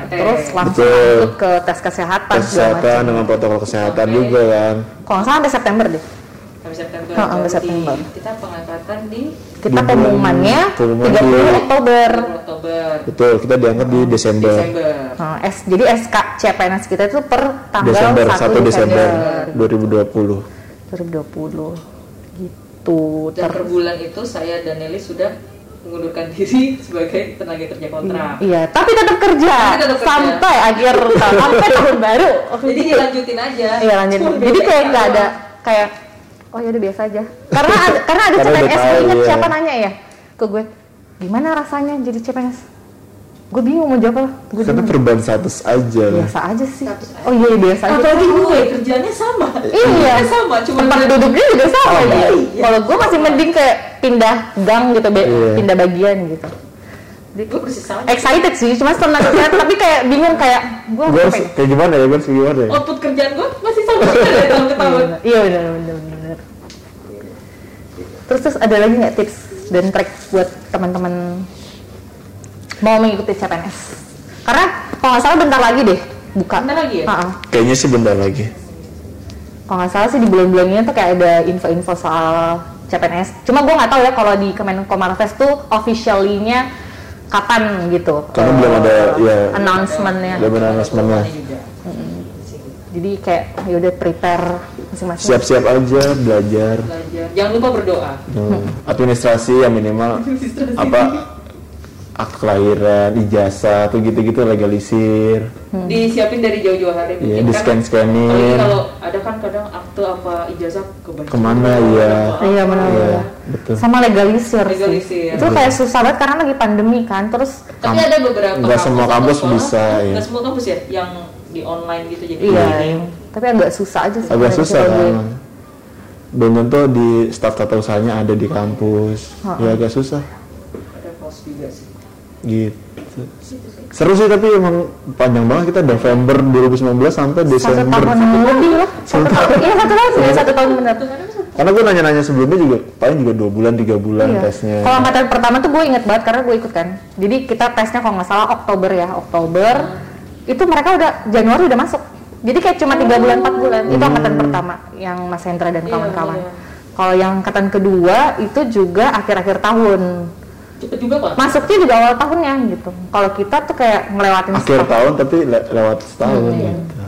terus langsung
Betul.
lanjut ke tes kesehatan
Tes
segala
kesehatan
macam.
dengan protokol kesehatan
Oke.
juga kan.
kalau nggak salah sampai September deh
Sampai September.
Oh, sampai
Berarti
September.
Kita pengangkatan di
kita
Di bulan-
pengumumannya
pengumuman
30
di-
Oktober
20 Oktober,
Betul, kita dianggap di Desember.
Desember.
Nah, S, jadi SK CPNS kita itu per tanggal
Desember
1
1 Desember 2020.
2020 gitu
Dan per
Ter-
bulan itu saya dan Nelly sudah mengundurkan [laughs] diri sebagai tenaga kerja kontrak.
Iya, tapi tetap kerja
Tapi tetap kerja.
sampai akhir tahun, sampai tahun baru.
Jadi dilanjutin aja.
Hmm. Iya lanjut.
Cuma
Jadi
beda
kayak nggak ada
doang.
kayak oh ya udah biasa aja. Karena ada, karena ada
Karena udah
CPNS gue
tahu,
inget
iya.
siapa nanya ya ke gue gimana rasanya jadi CPNS? Gue bingung mau jawab apa. Gue
Karena
bingung.
perubahan status aja.
Biasa aja sih. Oh iya biasa aja.
Apalagi gue kerjanya sama.
Iya.
Kerjanya sama, cuma
tempat
beda-
duduknya juga sama.
Sama.
ya. Kalau gue masih mending kayak pindah gang gitu, be-
Iya.
pindah bagian gitu.
Gue persis sama.
Excited sih, cuma senang banget, tapi kayak bingung kayak gue
Gue harus kayak gimana ya, gue harus kayak gimana ya?
Output kerjaan gue masih
[laughs]
sama dari tahun ke tahun.
Iya benar benar benar. Terus terus ada lagi nggak tips dan trik buat teman-teman mau mengikuti CPNS? Karena kalau nggak salah bentar lagi deh buka.
Bentar lagi ya?
Ha-ha.
Kayaknya sih bentar lagi.
Kalau nggak salah sih di bulan-bulan ini tuh kayak ada info-info soal CPNS. Cuma gue nggak tahu ya kalau di Kemenko Marves tuh officially-nya kapan gitu.
Karena
Eh,
belum ada, ya.
announcement-nya.
Udah Iya, benar announcement-nya.
Juga.
Jadi kayak yaudah prepare masing-masing.
Siap-siap aja, belajar.
Belajar. Jangan lupa berdoa.
Hmm. Administrasi yang minimal apa akte kelahiran, ijazah, tuh gitu-gitu legalisir.
disiapin dari jauh-jauh hari
Hmm. Iya,
mungkin
di
kan.
scan-scanin.
Apalagi kalau ada kan kadang akte apa ijazah kebanyakan gitu.
Kemana, iya.
Iya benar.
Iya,
benar.
betul.
Sama legalisir, sih.
Legalisir. iya.
Itu kayak susah banget karena lagi pandemi kan. Terus
tapi ada beberapa
Nggak semua kampus
atau sekolah,
bisa, iya.
nggak semua kampus ya yang di online gitu jadi
iya. Tapi agak susah aja sih.
Agak
legalisir
susah
lagi.
kan. Dan tentu di staff tata usahanya ada di kampus. Ya agak susah
ada kos juga sih
gitu. Seru sih tapi emang panjang banget kita November 2019 sampai
Satu
Desember.
tahun lebih lah. Satu tahun. Iya satu tahun. Iya satu tahun benar.
Karena gue nanya-nanya sebelumnya juga paling juga dua bulan tiga bulan
Iya.
tesnya.
Kalau angkatan pertama tuh gue inget banget karena gue ikut kan. Jadi kita tesnya kalau nggak salah Oktober ya Oktober. Itu mereka udah Januari udah masuk. Jadi kayak cuma tiga bulan empat bulan. Itu
Hmm.
angkatan pertama yang Mas Hendra dan kawan-kawan.
iya.
Kalau yang angkatan kedua itu juga akhir-akhir tahun.
cepet juga kok
Masuknya juga awal tahunnya gitu. Kalau kita tuh kayak ngelewatin
Akhir
setahun
tahun tapi le- lewat setahun gitu.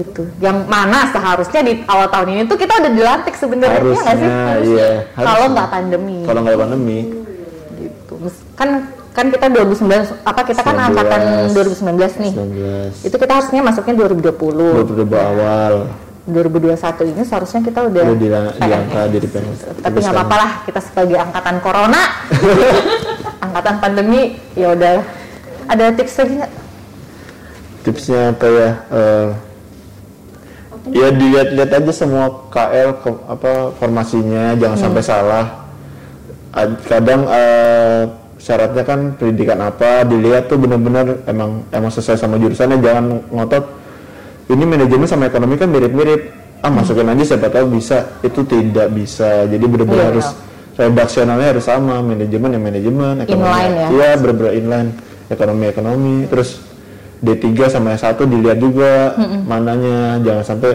gitu. Yang mana seharusnya di awal tahun ini tuh kita udah dilantik sebenarnya ya nggak sih?
Harusnya, iya.
Kalau
Harusnya.
nggak pandemi.
Kalau nggak pandemi.
gitu Mes- kan kan kita 2019 apa kita kan
19,
angkatan 2019 nih
19.
itu kita harusnya masuknya 2020
2020 awal
2021 ini seharusnya kita udah
udah di, di
PNS.
angka di PNS.
tapi nggak apa-apa lah kita sebagai angkatan
[laughs]
corona angkatan pandemi ya udah ada tips lagi nggak
tipsnya apa ya eh, ya dilihat-lihat aja semua KL ko- apa formasinya jangan
Hmm.
sampai salah Ad- kadang eh, syaratnya kan pendidikan apa dilihat tuh bener-bener emang emang sesuai sama jurusannya jangan ngotot ini manajemen sama ekonomi kan mirip-mirip ah
Hmm.
masukin aja siapa tahu bisa itu tidak bisa jadi bener-bener
Iya,
harus redaksionalnya harus sama manajemen ya manajemen ekonomi
Inline ya?
iya bener-bener inline ekonomi ekonomi terus D3 sama S1 dilihat juga mananya jangan sampai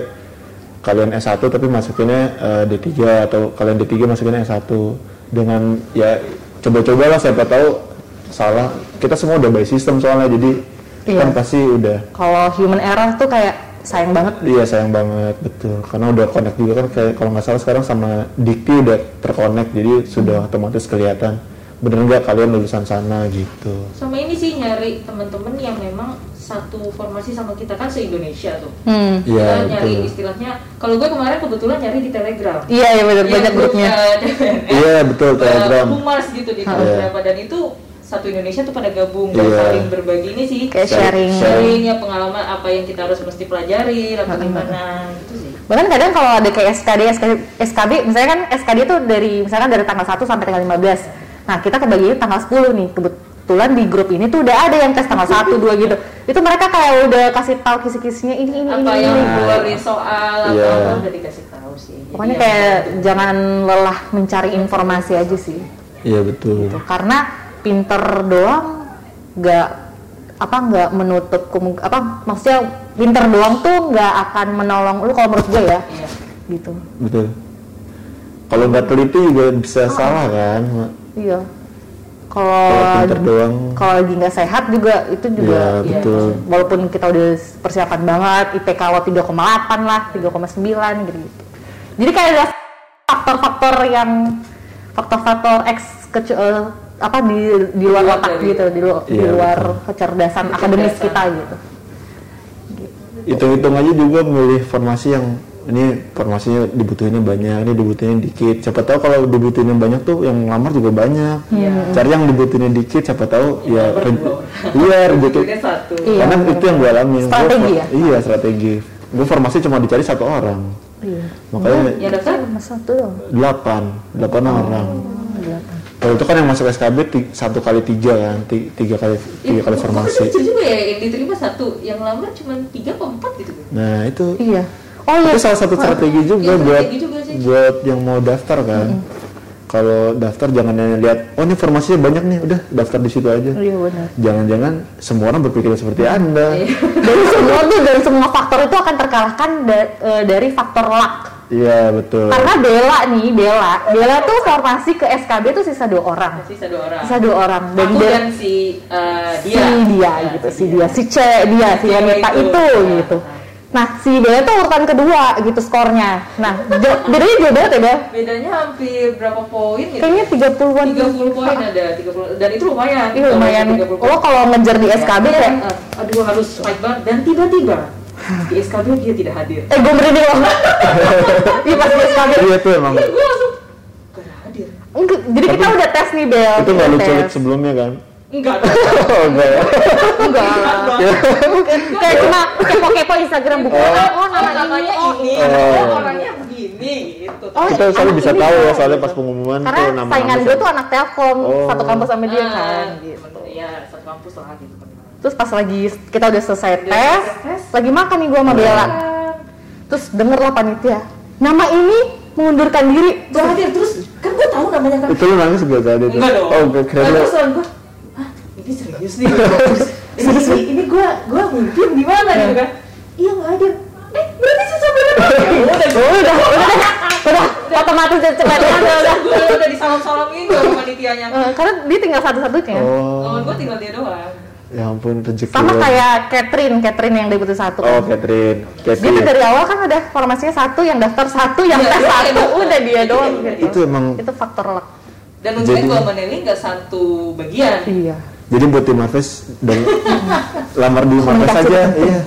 kalian S1 tapi masukinnya eh, D3 atau kalian D3 masukinnya S1 dengan ya coba-cobalah siapa tahu salah kita semua udah by system soalnya jadi
Iya.
kan pasti udah
kalau human error tuh kayak sayang banget
Iya sayang banget betul karena udah connect juga kan kayak kalau nggak salah sekarang sama Dikti udah terkonek jadi sudah otomatis kelihatan bener nggak kalian lulusan sana gitu
sama ini sih nyari teman-teman yang memang satu formasi sama kita kan se Indonesia tuh
hmm.
kita
Iya betul
nyari istilahnya kalau gue kemarin kebetulan nyari di Telegram
iya ya benar
Iya,
banyak
grup,
grupnya
eh, [laughs] CPNS,
Iya, betul,
eh,
Telegram.
humas gitu di
Iya.
beberapa dan itu satu Indonesia tuh pada gabung dan
Iya.
saling berbagi ini sih
Kayak sharing.
sharing ya pengalaman apa yang kita harus mesti pelajari apa gimana gitu sih
Bahkan kadang kalau ada kayak SKD, SKD, SKB, misalnya kan SKD itu dari misalkan dari tanggal 1 sampai tanggal 15. Nah, kita kebagiannya tanggal 10 nih. Kebetulan di grup ini tuh udah ada yang tes tanggal 1, 2 gitu. Itu mereka kayak udah kasih tahu kisi-kisinya ini ini
apa ya?
ini.
yang
ini.
keluarin soal
Iya.
apa apa udah dikasih tahu sih Jadi ya,
Pokoknya
yang
kayak
penting-
jangan lelah mencari informasi aja sih.
iya betul
Gitu. Karena pinter doang nggak apa nggak menutup kemung- apa maksudnya pinter doang tuh nggak akan menolong lu kalau menurut gue ya
Iya.
gitu
betul kalau nggak teliti juga
Ah.
bisa salah kan ma-
Iya.
kalau pinter
Kalau
doang
kalau lagi nggak sehat juga itu
iya
juga ya,
betul
walaupun kita udah persiapan banget IPK lo 3,8 lah, 3,9 gitu gitu. Jadi kayak ada faktor-faktor yang faktor-faktor X kecu- eh, apa di di luar
Di luar
otak
dari-
gitu, di, lu- di
Iya,
luar
betul.
kecerdasan akademis kita gitu.
hitung-hitung aja juga milih formasi yang ini formasinya dibutuhinnya banyak, ini dibutuhinnya dikit. Siapa tahu kalau dibutuhinnya banyak tuh yang ngelamar juga banyak.
Iya.
Cari yang dibutuhinnya dikit, siapa tahu ya,
nomor
re-
dua.
[laughs]
iya rezeki.
Duitnya satu
Iya,
Karena
benar.
itu yang gue alami. Gua
Strategi
for-
ya?
Iya strategi. Gue formasi cuma dicari satu orang,
Iya.
makanya
ya daftar
Mas satu dong.
delapan, delapan orang.
delapan.
Kalau itu kan yang masuk SKB ti- satu kali tiga kan, ti- tiga kali
Iya,
tiga kali formasi.
kecil juga ya yang diterima satu yang lamar cuma tiga atau empat gitu
Nah itu
Iya. Oh iya.
itu salah satu strategi juga
Iya,
buat
strategi juga sih.
buat yang mau daftar kan kalau daftar jangan hanya lihat oh ini formasinya banyak nih udah daftar di situ aja
Iya benar.
jangan-jangan semua orang berpikir seperti
Iya.
anda
Dari semua tuh dari semua faktor itu akan terkalahkan da- eh, dari faktor luck.
iya betul
Karena Bella nih, Bella, Bella tuh formasi ke SKB tuh sisa dua orang,
sisa dua orang
sisa dua orang. Dan
aku
dia,
dan si eh,
si
dia
dia
Ya,
gitu, si
si
dia, si C dia, si
Dia
Anita
itu.
itu
Nah.
gitu. Nah, si Bella tuh urutan kedua gitu skornya. Nah, j- bedanya jauh banget ya, Bel?
bedanya hampir berapa poin gitu
Kayaknya 30-an.
30 poin ada 30 dan itu lumayan
Iya lumayan.
Kalau 30 poin.
Lo kalau ngejar di SKB
Iya,
kayak,
eh, aduh harus fight banget dan [laughs] tiba-tiba di SKB dia tidak hadir
eh gue merinding loh. [laughs] Iya pas di SKB.
Iya tuh emang.
Iya, gue langsung gak hadir
Enggak, jadi kita udah tes nih, Bel.
Itu nggak
Kita
lucu
tes.
sebelumnya kan? [laughs]
enggak
Oh, enggak ya?
Enggak lah. Kayak cuma kepo-kepo Instagram buku.
Oh.
Oh, nama
[laughs] namanya
ini.
ini
Oh.
oh, orangnya begini gitu
Oh,
Kita
anak
selalu bisa
ini
tahu ya
doang.
soalnya pas pengumuman tuh
Karena
nama
saingan gue tuh anak telkom
Oh.
satu kampus sama dia kan.
gitu ya satu kampus lah gitu
Terus pas lagi kita udah selesai
Udah
tes,
selesai tes.
lagi makan nih gue sama Bella. Terus denger lah panitia, nama ini mengundurkan diri.
gak hadir terus kan gue tahu namanya kan
Itu lu nangis gak tadi? tuh?
enggak dong
Oh, gue kira lu.
terusan gue "Hah, ini serius
[laughs]
nih ini, ini, ini gue gue mungkin di mana gitu kan iya nggak ada eh berarti sih sebenarnya
[laughs]
ya
Oh,
udah
udah, udah, udah, udah, otomatis udah cepat udah, udah, udah.
gue udah disalam-salamin sama panitianya
Eh, karena dia tinggal satu-satunya.
Oh,
lawan gue tinggal dia doang
ya ampun rezeki.
Sama
lu.
kayak Catherine, Catherine yang deputi satu.
Oh, Catherine.
Dia tuh
Catherine.
dari awal kan udah formasinya satu, yang daftar satu, yang
Iya,
tes
iya,
satu,
iya.
udah dia
Itu-
doang
itu-
gitu.
itu emang-
itu faktor luck.
dan untungnya
Jadi-
gue sama Nelly nggak satu bagian
Iya.
Jadi buat tim Marves
[laughs]
dan lamar di Marves
Komunikasi.
aja, iya.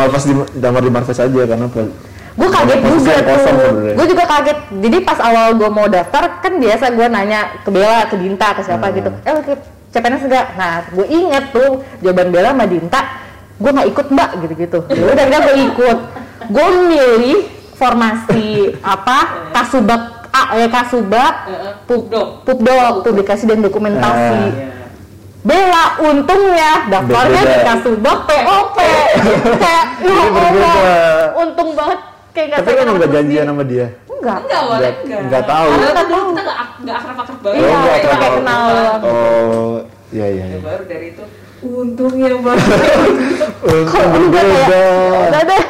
Marves di lamar di Marves aja karena pol-
gue kaget
posisi
juga
yang kosong
tuh
sebenarnya.
gue juga kaget jadi pas awal gue mau daftar kan biasa gue nanya ke Bella ke Dinta ke siapa
Hmm.
gitu eh ke CPNS enggak nah gue inget tuh jawaban Bella sama Dinta gue nggak ikut mbak gitu gitu ya udah udah gue ikut gue milih formasi apa kasubag A ya kasubag
Heeh,
pub-
pupdok.
pupdok publikasi dan dokumentasi
Ah.
Iya.
Bella untungnya daftarnya di
Beda-beda.
Kasubag
[laughs]
POP kayak ya
berbeda.
Allah untung banget kayak nggak
Tapi
saya
kan
kenapa
enggak
terus
janjian
di-
sama dia.
enggak
enggak awalnya
Nggak-
enggak
nggak tahu. Oh,
karena
Nggak
dulu
tahu.
kita nggak ak- nggak akrab-akrab banget
Iya,
nggak
cuma kayak
tahu.
kenal doang.
Oh, iya iya. iya.
baru dari itu untungnya banget
kok
Untung
enggak
beda.
kayak udah deh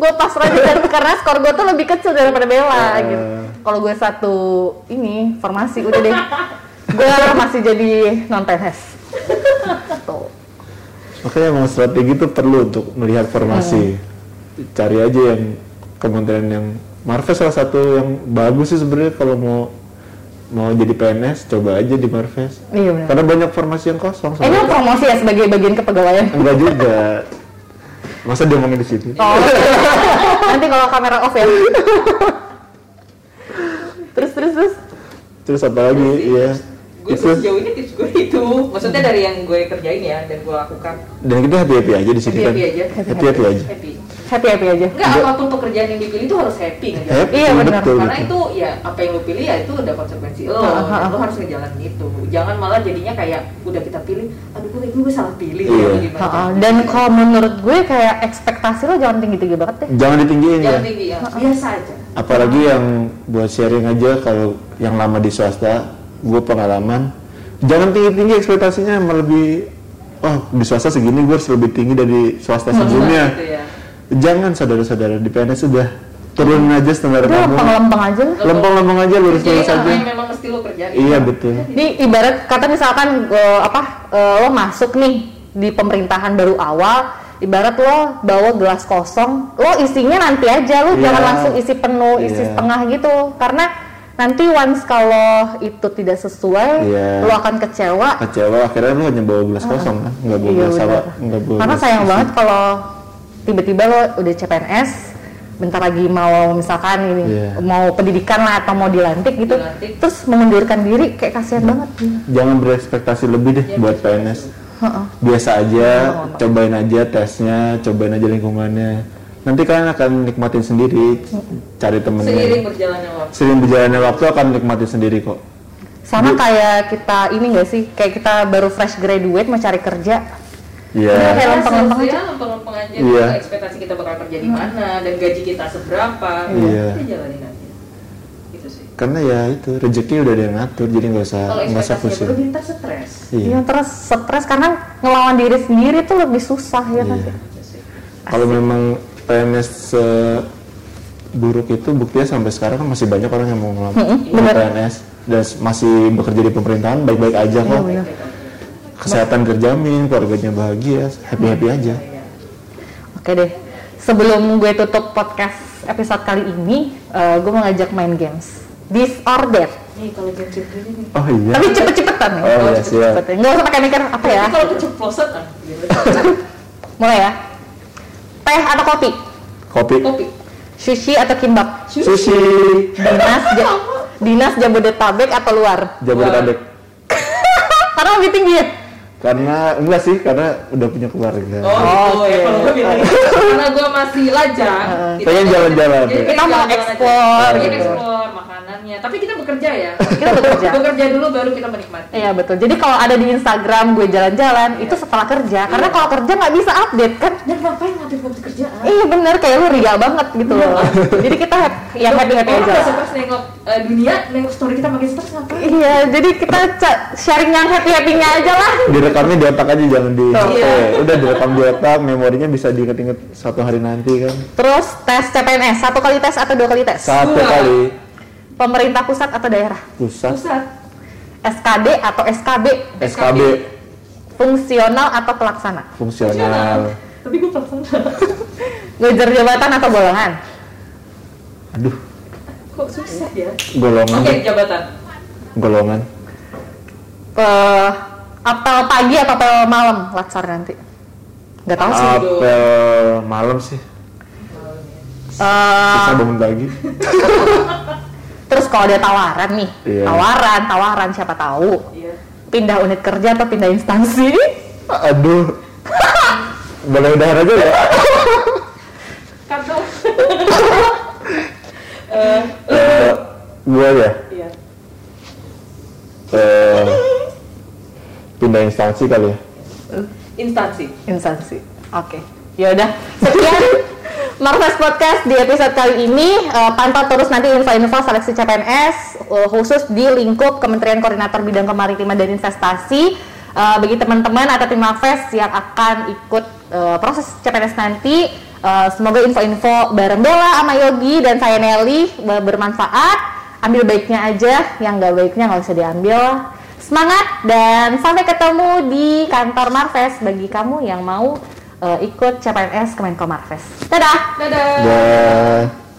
gue pasrah aja dan karena skor gue tuh lebih kecil daripada Bella
Eh.
gitu kalau gue satu ini formasi udah deh gue masih jadi non PNS tuh
Makanya emang strategi itu perlu untuk melihat formasi.
Iya.
Cari aja yang kementerian yang Marves salah satu yang bagus sih sebenarnya kalau mau mau jadi PNS coba aja di Marves.
iya benar
Karena banyak formasi yang kosong.
Eh, ini lo
soalnya.
promosi ya sebagai bagian kepegawaian
Enggak juga. Masa dia ngomongin di sini? [laughs]
Oh. Nanti kalau kamera off ya. terus terus terus.
Terus apa lagi? Iya.
gue
Itu
sejauh ini tips gue itu maksudnya dari yang gue kerjain ya dan gue lakukan
dan kita happy happy aja di sini kan.
Happy-happy aja.
Happy happy aja.
happy
Happy happy aja.
enggak apapun pekerjaan yang dipilih itu harus happy ngejalan
Happy,
Iya, benar.
betul.
karena
betul.
itu ya apa yang lo pilih ya itu udah konsekuensi lo
Ah, ah,
lo
ah.
harus ngejalanin itu jangan malah jadinya kayak udah kita pilih aduh gue kayaknya gue salah pilih ya,
Iya.
atau gimana.
Ha-ha. Dan kalau menurut gue kayak ekspektasi lo jangan tinggi tinggi banget deh.
Jangan ditinggiin ya.
jangan tinggi ya biasa aja
Apalagi yang buat sharing aja kalau yang lama di swasta, gue pengalaman. Jangan tinggi tinggi ekspektasinya, malah lebih oh di swasta segini gue harus lebih tinggi dari swasta sebelumnya.
gitu ya.
Jangan saudara-saudara di PNS sudah turunin aja standar
Udah
kamu.
lempeng lempeng aja. lah.
Lempeng-lempeng aja lurus
Jadi
lurus
apa
aja.
yang memang gitu. mesti lo kerjain
Iya betul.
Jadi ibarat kata misalkan eh, apa eh, lo masuk nih di pemerintahan baru awal, ibarat lo bawa gelas kosong, lo isinya nanti aja, lo
Iya.
jangan langsung isi penuh, isi
Iya.
setengah gitu, karena nanti once kalau itu tidak sesuai,
Iya.
lo akan kecewa.
Kecewa akhirnya lu hanya bawa gelas kosong kan, nggak
Iya,
bawa gelas
bener.
apa, nggak bawa.
Iya, Karena
gelas
sayang
isi.
banget kalau tiba-tiba lo udah CPNS, bentar lagi mau misalkan ini
Iya.
mau pendidikan lah atau mau dilantik gitu,
Dilantik.
terus mengundurkan diri kayak
Iya.
kasihan banget.
Jangan berekspektasi lebih
Iya,
deh buat PNS.
Heeh.
biasa aja, cobain aja tesnya, cobain aja lingkungannya. Nanti kalian akan nikmatin sendiri, cari
seiring
temennya.
berjalannya waktu
Sering berjalannya waktu akan nikmatin sendiri kok. Iya.
Sama kayak kita ini gak sih? Kayak kita baru fresh graduate mau cari kerja.
Iya,
Kayak lempeng-lempeng aja.
Iya, lempeng-lempeng aja.
Iya. Hmm.
Ekspektasi kita bakal kerja di mana dan gaji kita seberapa.
Iya.
Kita jalanin aja. Gitu sih.
karena ya itu rezeki udah ada yang ngatur, jadi nggak usah
Kalau ya,
nggak ya. usah
ekspektasinya
pusing.
berlebih ntar stres.
Iya.
Iya, terus stres karena ngelawan diri sendiri tuh lebih susah ya kan?
Iya.
Gitu sih.
Kalau memang PNS buruk itu buktinya sampai sekarang kan masih banyak orang yang mau ngelamar di
bener.
PNS dan masih bekerja di pemerintahan baik-baik aja
Iya,
kok.
Iya.
Kesehatan terjamin, keluarganya bahagia, happy-happy aja.
Oke deh. sebelum gue tutup podcast episode kali ini, eh, gue mau ngajak main games. This or that.
Nih kalau gadget gini nih.
Oh iya.
Tapi cepet-cepetan ya.
Oh,
Kalau
iya, siap.
cepet-cepetan. Nggak usah pakai mikir apa ya.
Tapi kalau keceplosan ah, gitu.
Mulai ya. Teh atau kopi?
Kopi.
Kopi. Iya.
Sushi atau kimbab?
Sushi.
Dinas, Ja- Dinas Jabodetabek atau luar?
Jabodetabek.
Karena lebih tinggi ya?
Karena enggak sih, karena udah punya keluarga.
Oh, gitu
Oke.
ya kalau gue bilang gitu. karena gue masih lajang. kita-
Pengen jalan-jalan.
Jadi
Kita mau
jalan-jalan aja.
explore
Pengen
gitu.
explore makanannya. Tapi kita bekerja ya.
Kita bekerja.
bekerja dulu baru kita menikmati.
Iya betul. Jadi kalau ada di Instagram gue jalan-jalan itu setelah kerja. Karena
Iya.
kalau kerja nggak bisa update kan?
Dan ngapain ngapain waktu ah? kerjaan?
Iya bener kayak lu ria banget gitu loh. Jadi kita hap- ya happy happy
Orang
aja.
Iya. udah stres nengok eh, dunia, nengok story kita makin stres ngapain?
Iya, jadi kita ca- sharing yang happy happynya aja lah.
Direkamnya di otak aja jangan di
Tuh.
HP.
Iya.
Udah direkam di otak, memorinya bisa diinget-inget satu hari nanti kan.
Terus tes CPNS satu kali tes atau dua kali tes?
Satu
Dua.
kali
Pemerintah pusat atau daerah?
pusat
Pusat.
SKD atau SKB?
SKB
Fungsional atau pelaksana?
fungsional.
Iya kan? Tapi gue pelaksana.
Ngejar jabatan atau golongan?
Aduh,
[laughs] Kok susah ya?
golongan,
Oke, jabatan.
golongan.
Eh, apel pagi atau apel malam latsar nanti? Gak tau
Ah.
sih.
Masih dong.
Apel malam sih.
Eh,
Bisa bangun pagi.
terus kalau ada tawaran nih,
Iya.
tawaran, tawaran siapa tahu?
Iya.
Pindah unit kerja atau pindah instansi?
Aduh. Boleh udahan aja ya?
Kantong. Eh,
Eh, Gua ya.
iya.
eh, pindah instansi kali ya.
Instansi.
Instansi. Oke. Ya udah. Sekian Marves Podcast di episode kali ini Eh, pantau terus nanti info-info seleksi CPNS eh, khusus di lingkup Kementerian Koordinator Bidang Kemaritiman dan Investasi Eh, bagi teman-teman atau tim Marves yang akan ikut eh, proses CPNS nanti eh, semoga info-info bareng Bella sama Yogi dan saya Nelly eh, bermanfaat ambil baiknya aja yang nggak baiknya nggak usah diambil semangat dan sampai ketemu di kantor Marves bagi kamu yang mau eh, ikut CPNS Kemenko Marves. Dadah.
Dadah.
Dah.